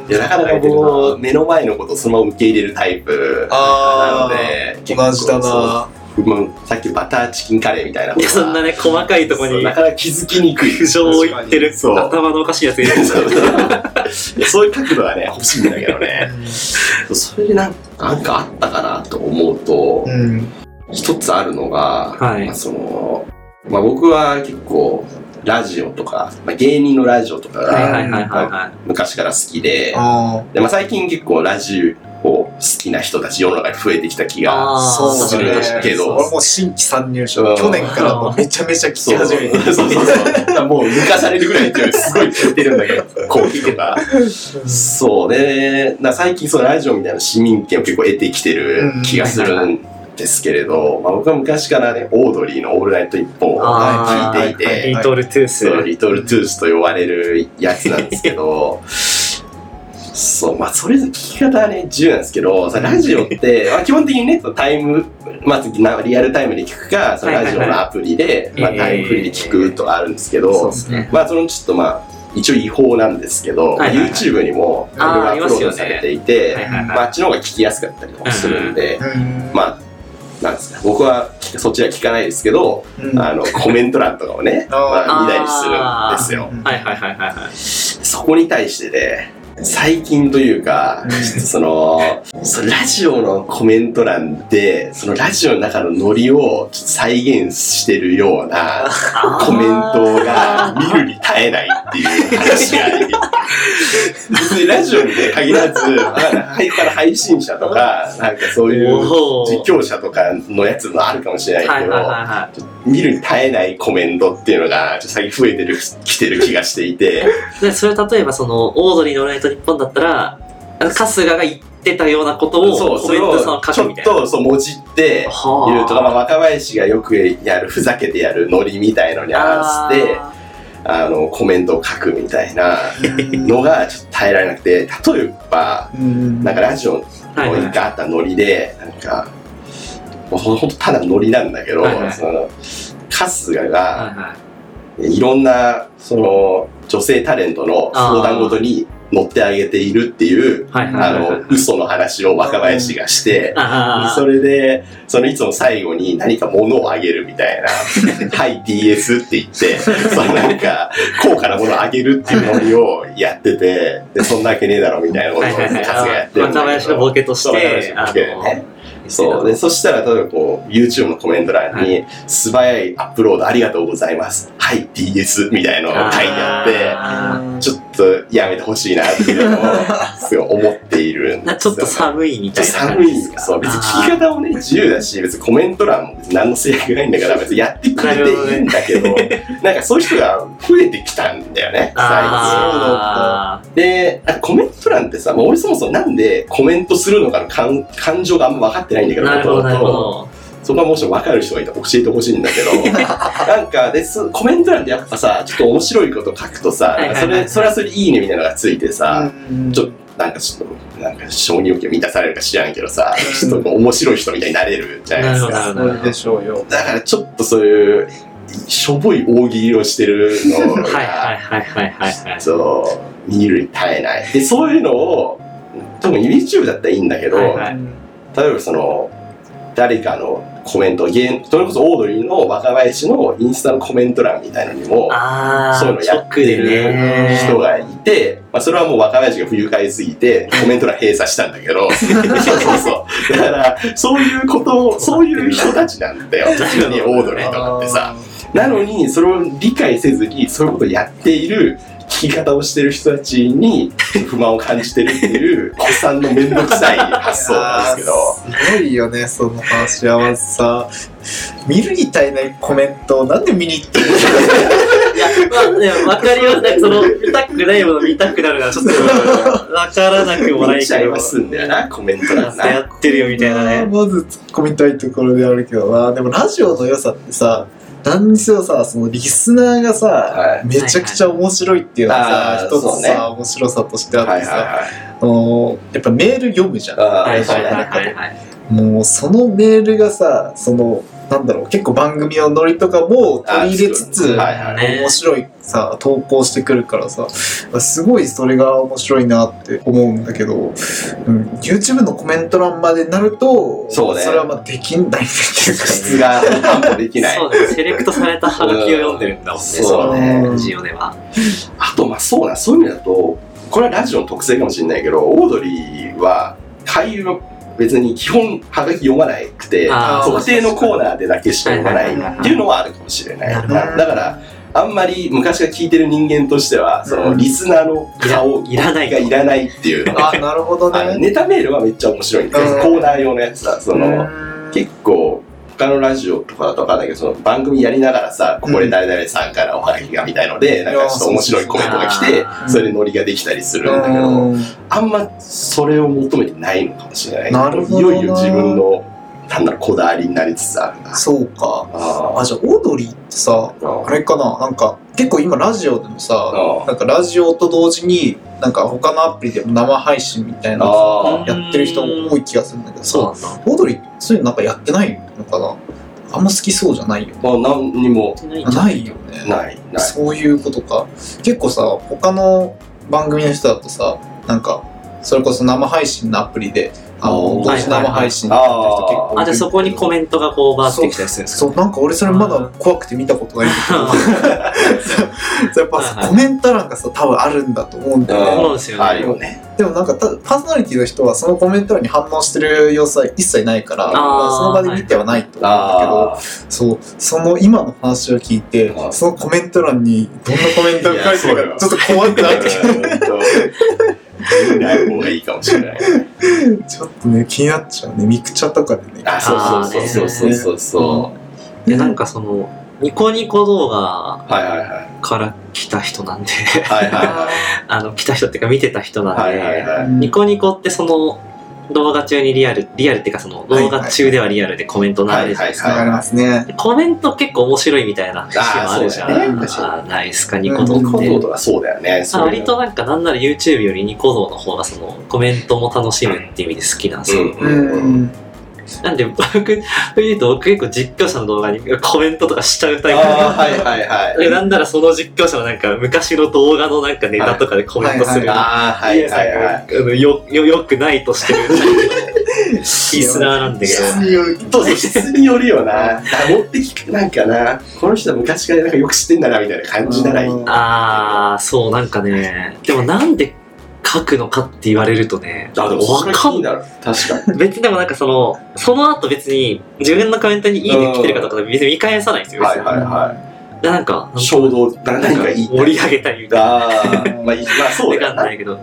A: いやなかなかこう、目の前のことをそのまま受け入れるタイプな
B: あ
A: ので、
B: ー同じだ
A: 結構そう
B: な。
A: もうさっきバターチキンカレーみたいなこと
C: い
A: が
C: や、そんなね、細かいとこ
A: そう
C: に
A: な、かなか気づきにくい
C: 苦情を言ってる、
A: そう
C: 頭のおかしいやついるんですよ。
A: いやそういう角度がね欲しいんだけどね それでなんなんかあったかなと思うと
B: うん。
A: 一つあるのが、
C: はい
A: まあそのまあ、僕は結構ラジオとか、まあ、芸人のラジオとか
C: はいは
A: が
C: いはいはいは
A: 昔から好きで,、
B: あ
A: でまあ、最近結構ラジオを好きな人たち世の中に増えてきた気
C: い。
A: が
C: あ
B: あ。
C: ー
B: そう
A: す
B: だ
A: る
B: ね
A: けど
B: 俺もう新規参入者
A: うん。
B: 去年からもうめちゃめちゃ聞き始めて。
A: そうそうそう。もう抜かされるぐらいっていうすごい聞いてるんだけど、コーヒーとか。そうね。な最近そのラジオみたいな市民権を結構得てきてる気がするんですけれど、まあ、僕は昔からね、オードリーのオールナイト一本を
C: あ
A: 聞
C: ー
A: いていて、
C: リトルトゥース。
A: そうリトルトゥースと呼ばれるやつなんですけど、そう、まあ、それぞれ聞き方はね、自由なんですけど、さラジオ って、まあ、基本的にね、そのタイム、まあ、なリアルタイムで聞くか、その
C: はい
A: ラ
C: は
A: ジ
C: いはい
A: オのアプリで、まあ、
C: えー
A: タイムフリーで聞くとかあるんですけど、
C: そうですね。
A: まあ、そのちょっとまあ、一応違法なんですけど、
C: はいはいはい
A: YouTube にもいろいろ
C: あー
A: アッ
C: あり
A: プ
C: ま
A: ロー
C: すよ
A: ド
C: ね
A: されていて、
C: はいはい
A: ま
C: は
A: あ、あっちの方が聞きやすかったりとかもするんで、
B: うん
A: まあ、なんですか、僕はそっちは聞かないですけど、
B: うん
A: あの、コメント欄とかを ね、
B: あー
A: まあ、見たりするんですよ。
C: い。はいはいはいはいはい。
A: そこに対してね、最近というか、
B: うん
A: ちょっとその、そのラジオのコメント欄で、そのラジオの中のノリをちょっと再現してるようなコメントが見るに耐えないっていう話があり。別にラジオに、ね、限らず、まあ、配から配信者とか、なんかそういう
C: おー
A: 実況者とかのやつもあるかもしれない
C: は
A: け
C: い
A: ど、
C: はいはいは
A: 見るに耐えないコメントっていうのが、ちょっと最近増えてる、来てる気がしていて、
C: い。で、それ例えばその、オードリーのオールナイト日本だったら、あの春日が言ってたようなこと
A: そう、
C: をコ
A: そ
C: メ
A: れ
C: ン
A: を
C: ト
A: ち
C: さ
A: ょ
C: ん書くみ
A: った
C: いな。
A: と、そう、もじって、言
C: は
A: うとか、まあ、若林がよくやる、ふざけてやるノリみたいのに合わせて、あの、コメントを書くみたいなのが、ちょっと耐えられなくて、例えば、
B: うん
A: なんかラジオの
C: はいはい
A: があったノリで、なんか、もうほんとただノリなんだけど、
C: はいはい
A: その、春日
C: あー
A: が、
C: はいはい
A: いろんな、その、女性タレントの相談ごとに乗ってあげているっていう、
C: はいは
A: あ
C: いはいはい
A: の、嘘の話を若林がして、
C: あ
A: そ
C: ー
A: れで、そのいつも最後に何か物をあげるみたいな、 はい DS って言って、そのなんか、高価なものをあげるっていうノリをやってて、で、そんなわけねえだろみたいなことを
C: はいはいは
A: ね
C: い
A: 春日やってるんだけど
C: 若林のボケとし
A: そう若林
C: て、
A: のボケでね
C: の
A: そう。で、そしたら、例えばこう、YouTube のコメント欄に、素早いアップロードありがとうございます。はい、DS みたいなのが書いてあって、
C: あ
A: ちょっとやめてほしいなっていう のを、すごい思っているん
C: な
A: ですよね
C: ちょっと寒いみたいな感
A: 寒
C: じ
A: い
C: ですか。
A: そう別に聞き方もね自由だし別にコメント欄も別に何の制約ないんだから別にやってくれていいんだけどなんかそういう人が増えてきたんだよね
C: あーあー
A: 最近でなんかコメント欄ってさ、まあ、俺そもそもなんでコメントするのかの感感情があんま分かってないんだけど
C: なるほど、なるほ
A: 元々
C: ど。
A: そこはもし分かる人がいたら教えてほしいんだけ どなんかですコメント欄でやっぱさちょっと面白いこと書くとさ
C: はいはいはい
A: それそれはそれでいいねみたいなのがついてさ、
B: うん
A: ちょっとなんかちょっとなんか承認欲求満たされるか知らんけどさちょっとこう面白い人みたいになれるじゃないです
C: なるほど
A: か。
B: すごいでしょうよ。
A: だからちょっとそういうしょぼい大喜利をしてるのが
C: はいはいはいはいはいはい。
A: そう見るに耐えないでそういうのを多分 YouTube だったらいいんだけど、
C: はいはい
A: 例えばその誰かのコメント芸それこそオードリーの若林のインスタのコメント欄みたいのにも
C: ああ、
A: そういうのやって
C: 直で
A: る
C: ね
A: 人がいて、まあ、それはもう若林が不愉快すぎてコメント欄閉鎖したんだけどそうそうそうだからそういうことをそういう人たちなんだよ特にオードリーとかってさ。なのに、それを理解せずに、そういうことをやっている、聞き方をしてる人たちに不満を感じてるっていう、子さんの面倒くさい発想なんですけど、
B: いやーすごいよね、その話し合わせさ。見るに耐えないコメントをなんで見に行ってる
C: いや、まあ、ね、わかりますね。その、見たくないもの見たくなるのはちょっと、わからなくもない
A: 見ち
C: け
A: ゃい
C: ど
A: ま。すんだよな、コメント欄な。
C: やってるよみたいなね。
B: まず突っ込みたいところであるけどな。でもラジオの良さってさ、何にせよさ、そのリスナーがさ、
A: はい
B: めちゃくちゃ面白いっていうのがさ、
A: はいはい
B: 一
A: あ
B: つ
A: ーそう
B: さ、
A: ね
B: 面白さとしてあ
A: はいはい
B: ってさ、
A: はい。
B: あのーやっぱメール読むじゃん。
A: あ
C: はい
A: ー
C: は
A: そう
C: い
A: だ
C: は
A: ね
C: いはいはい。
B: もうそのメールがさ、その、なんだろう、結構番組のノリとかも取り入れつつ、
A: あはいはい
C: ね
B: 面白いさ、投稿してくるからさ、すごいそれが面白いなって思うんだけど、うん、YouTube のコメント欄までなると、
A: そうね
B: れはまあできないっていうか、
A: 質が担保できない。
C: そうだね。セレクトされたハガキを読んでるんだもんね。
A: そう
B: ね
C: のラジオでは。
A: あと、まあそうなん、そういう意味だと、これはラジオの特性かもしれないけど、オードリーは、俳優の別に基本、はがき読まないくて、
C: あ
B: ー
A: 特定のコーナーでだけしか読まないっていうのはあるかもしれない。
C: なる
B: ほど
A: だだから、あんまり昔から聞いてる人間としては、そのリスナーの顔
C: いらない
A: がいらないっていう。
B: あ、なるほど
A: あの
B: ね。
A: ネタメールはめっちゃ面白いんですよ
B: うん
A: コーナー用のやつだ。その、
B: うん
A: 結構、他のラジオとかだとわかんないけど、その番組やりながらさ、ここで誰々さんからおはがきがみたいので、なんかちょっと面白いコメントが来て、
C: あ
B: ー
A: それでノリができたりするんだけど、あんまそれを求めてないのかもしれない。
B: なるほ
A: い
B: どな
A: よいよ自分の、なんだろう、こだわりになりつつあるな。
B: そうか。
A: あ
B: あ、じゃあオードリーってさ、
A: あ
B: あれかななんか、結構今ラジオでもさ、
A: あ
B: なんかラジオと同時になんか他のアプリでも生配信みたいなの
A: あ
C: ー
B: やってる人も多い気がするんだけど
C: そう
B: さ
C: なんだ。
B: オードリーそういうのなんかやってないのかなあんま好きそうじゃないよね
A: まあ何にも
B: ないよね
A: ないない
B: そういうことか結構さ他の番組の人だとさなんかそれこそ生配信のアプリであの
A: あー
B: 同時生配信
A: はいはいはい
B: やってる人結構いる
C: あ、じゃあそこにコメントがこうバーってきたりするんですか
B: そうなんか俺それまだ怖くて見たこ とないんだけどそうやっぱ
C: はい
B: さ
C: はい
B: コメント欄がさ多分あるんだと思うんだよね
A: あ
C: そうですよね。
A: あるよね。
B: でもなんかたパーソナリティの人はそのコメント欄に反応してる様子は一切ないか
C: あー
B: らその場で見てはないと思うんだけど
A: あ
B: そうその今の話を聞いて
A: あー
B: そのコメント欄にどんなコメントが書いてる
A: い
B: か
A: や
B: ち
A: そ
B: ょっと怖く
A: あ。
B: な
A: な
B: ってきて
A: んか見ない方がいいかもしれない。
B: ちょっとね気になっちゃうねミクチャとかでね
A: あ、そうそうそうそうそうそう。
C: で、なんかその、ニコニコ動画
A: はいはいはい。
C: から来た人なんで、
A: はいはいは
C: あの、来た人っていうか見てた人なんで、
A: い。はいはいはい。
C: ニコニコってその、動画中にリアル、リアルっていうかその、動画中ではリアルでコメント流れるじゃないです
A: はい
B: わ
A: はい
B: か
A: は
C: か。
B: りますね
C: でコメント結構面白いみたいな話もあるじゃん。
A: あーそうだよね確か
C: あーないですか、ニコ動
A: ニ
C: っ
A: コ
C: て。
A: 動とかそうだよね。
C: まあ
A: そういう
C: 割となんかなんなら YouTube よりニコ動の方がそのコメントも楽しむっていう意味で好きなんですよ。
A: う
B: う
A: う
B: ん
A: んうん。
B: ん
C: なんで僕、言うと僕結構実況者の動画にコメントとかしちゃう
A: あ
C: タイプ
A: あ、はいはいは
C: で
A: い。
C: なんならその実況者のなんか昔の動画のなんかネタとかでコメントする。
A: ああ、はいはいはい。
C: い。あのよ、よ、よくないとしてる。 リスナーなんだけ
B: 質
C: ど。
B: による
A: そうそう、質によるよな。持ってきく、なんかな、この人は昔からなんかよく知ってんだな、みたいな感じならいい。
B: うん
C: あー、そう、なんかね。でもなんで書くのかって言われるとね、わかんな
A: だ
C: い。
A: ろ。確かに。
C: 別にでもなんかその、その後別に自分のコメントにいいね来てるかとか別に見返さないんですよ。別
A: はいはい
C: に
A: は
C: でなんか、
A: い。衝動、な
C: なん
A: 何
C: か
A: かいい。
C: 盛り上げたりみたいな。
A: ああ、まあいい、まあそう
C: わ
A: だ
C: か
A: よ
C: ん
A: な。
C: ないけど。っ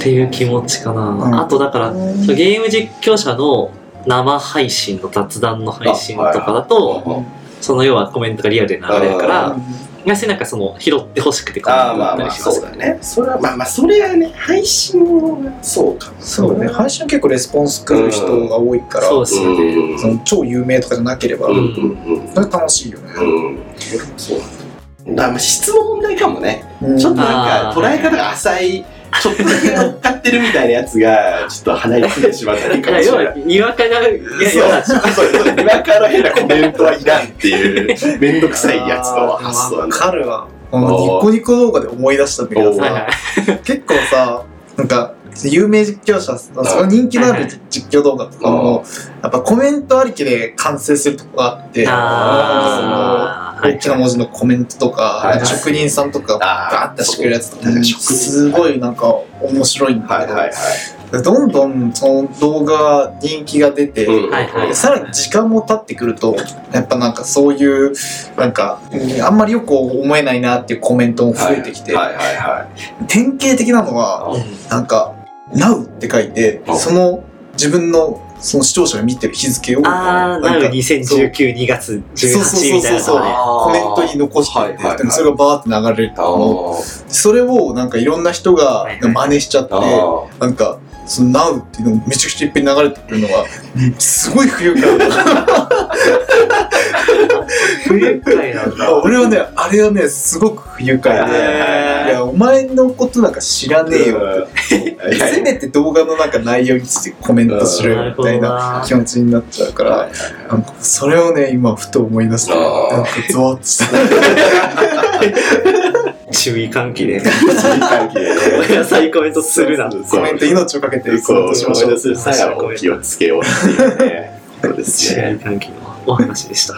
C: ていう気持ちかな。
B: ん
C: あとだから、
B: うん
C: ゲーム実況者の生配信の雑談の配信とかだと、
A: うんうん
C: その要はコメントがリアルで流れるから、
B: う
C: がしなんかその拾ってほしくてこ
A: ああ、まあ
C: った
A: まあ、
C: りしま
A: そ
C: す
A: う
C: か
A: だね。それは、まあまあ、それはね、配信はそうかも。
B: そうね配信は結構レスポンス来る人が多いから、
C: そうですよね。
A: うん
B: その超有名とかじゃなければ、
A: うん
C: ん
A: うん
B: それ楽しいよね、
A: うん。うん。そうなんだ。まあ、質の問題かもね。
B: うん
A: ちょっとなん
C: あ
A: か、
C: ー
A: 捉え方が浅い、ちょっとだけ乗っかってるみたいなやつが、ちょっと離れすぎてしまったり
C: い
A: か
C: や
A: もし
C: 要
A: れな。
C: はいにわかがいや要は
A: そう、そう、そう、にわかの変なコメントはいらんっていう、めんどくさいやつの発想なんだ。
B: わかるわあのニコニコ動画で思い出したんだけど
A: おー
C: はい
B: さ
C: はい
B: 結構さなんか有名実況者その人気のある実況動画とかもやっぱコメントありきで完成するとこがあって
C: あー
B: その大きな文字のコメントとか,、
A: はいはい
B: 職人さんとかが
A: あ
B: バーってしてくれるやつと
A: そう
B: かすごいなんか面白いんだ
A: はい
B: け
A: は
B: ど、
A: いはい。
B: どんどんその動画人気が出て、
A: うん
C: はいはい
B: でさらに時間も経ってくるとやっぱなんかそういうなんか、うんあんまりよく思えないなっていうコメントも増えてきて、
A: はいはいは
B: 典型的なのは
A: う
B: なんか「NOW」って書いて
A: うん
B: その自分のその視聴者が見てる日付を
C: あー、なる2019、2月
B: そうそ
C: 18
B: うそう
C: みたい
B: そう
C: なの
B: そう
C: がね。
B: コメントに残してて、
A: はいはいはい
B: でもそれがバーって流れる
A: い。
B: の
A: ー
B: それをなんかいろんな人が
C: はいはい
B: 真似しちゃって、
A: あー。
B: なんかその「NOW」っていうのがめちゃくちゃいっぱい流れてくるのがすごい不愉快 だ
C: 不愉快なんだ。
B: 俺はね、あれはね、すごく不愉快
A: はいはい
B: で、
A: はい
B: いや、お前のことなんか知らねえよ。
A: うん はいは
B: せ
A: い
B: めて動画のなんか内容についてコメントしろ
C: な
B: よ
C: るほ
B: みたい
C: ど
B: な
C: な。
B: 気持ちになっちゃうから、なんかそれをね、今ふと思い出して、
A: あー
B: なんかゾワッとした。
C: 注意喚起 で。
A: そういう関係でね
C: 野菜コメントするな。
A: そうそう そう
B: コメント命をかけてコ
A: そう
B: メントしましょ
A: 思いう出。す際は気 をつけようっていうね。そうです
C: 注意
A: ね。
C: 喚起のお話でした。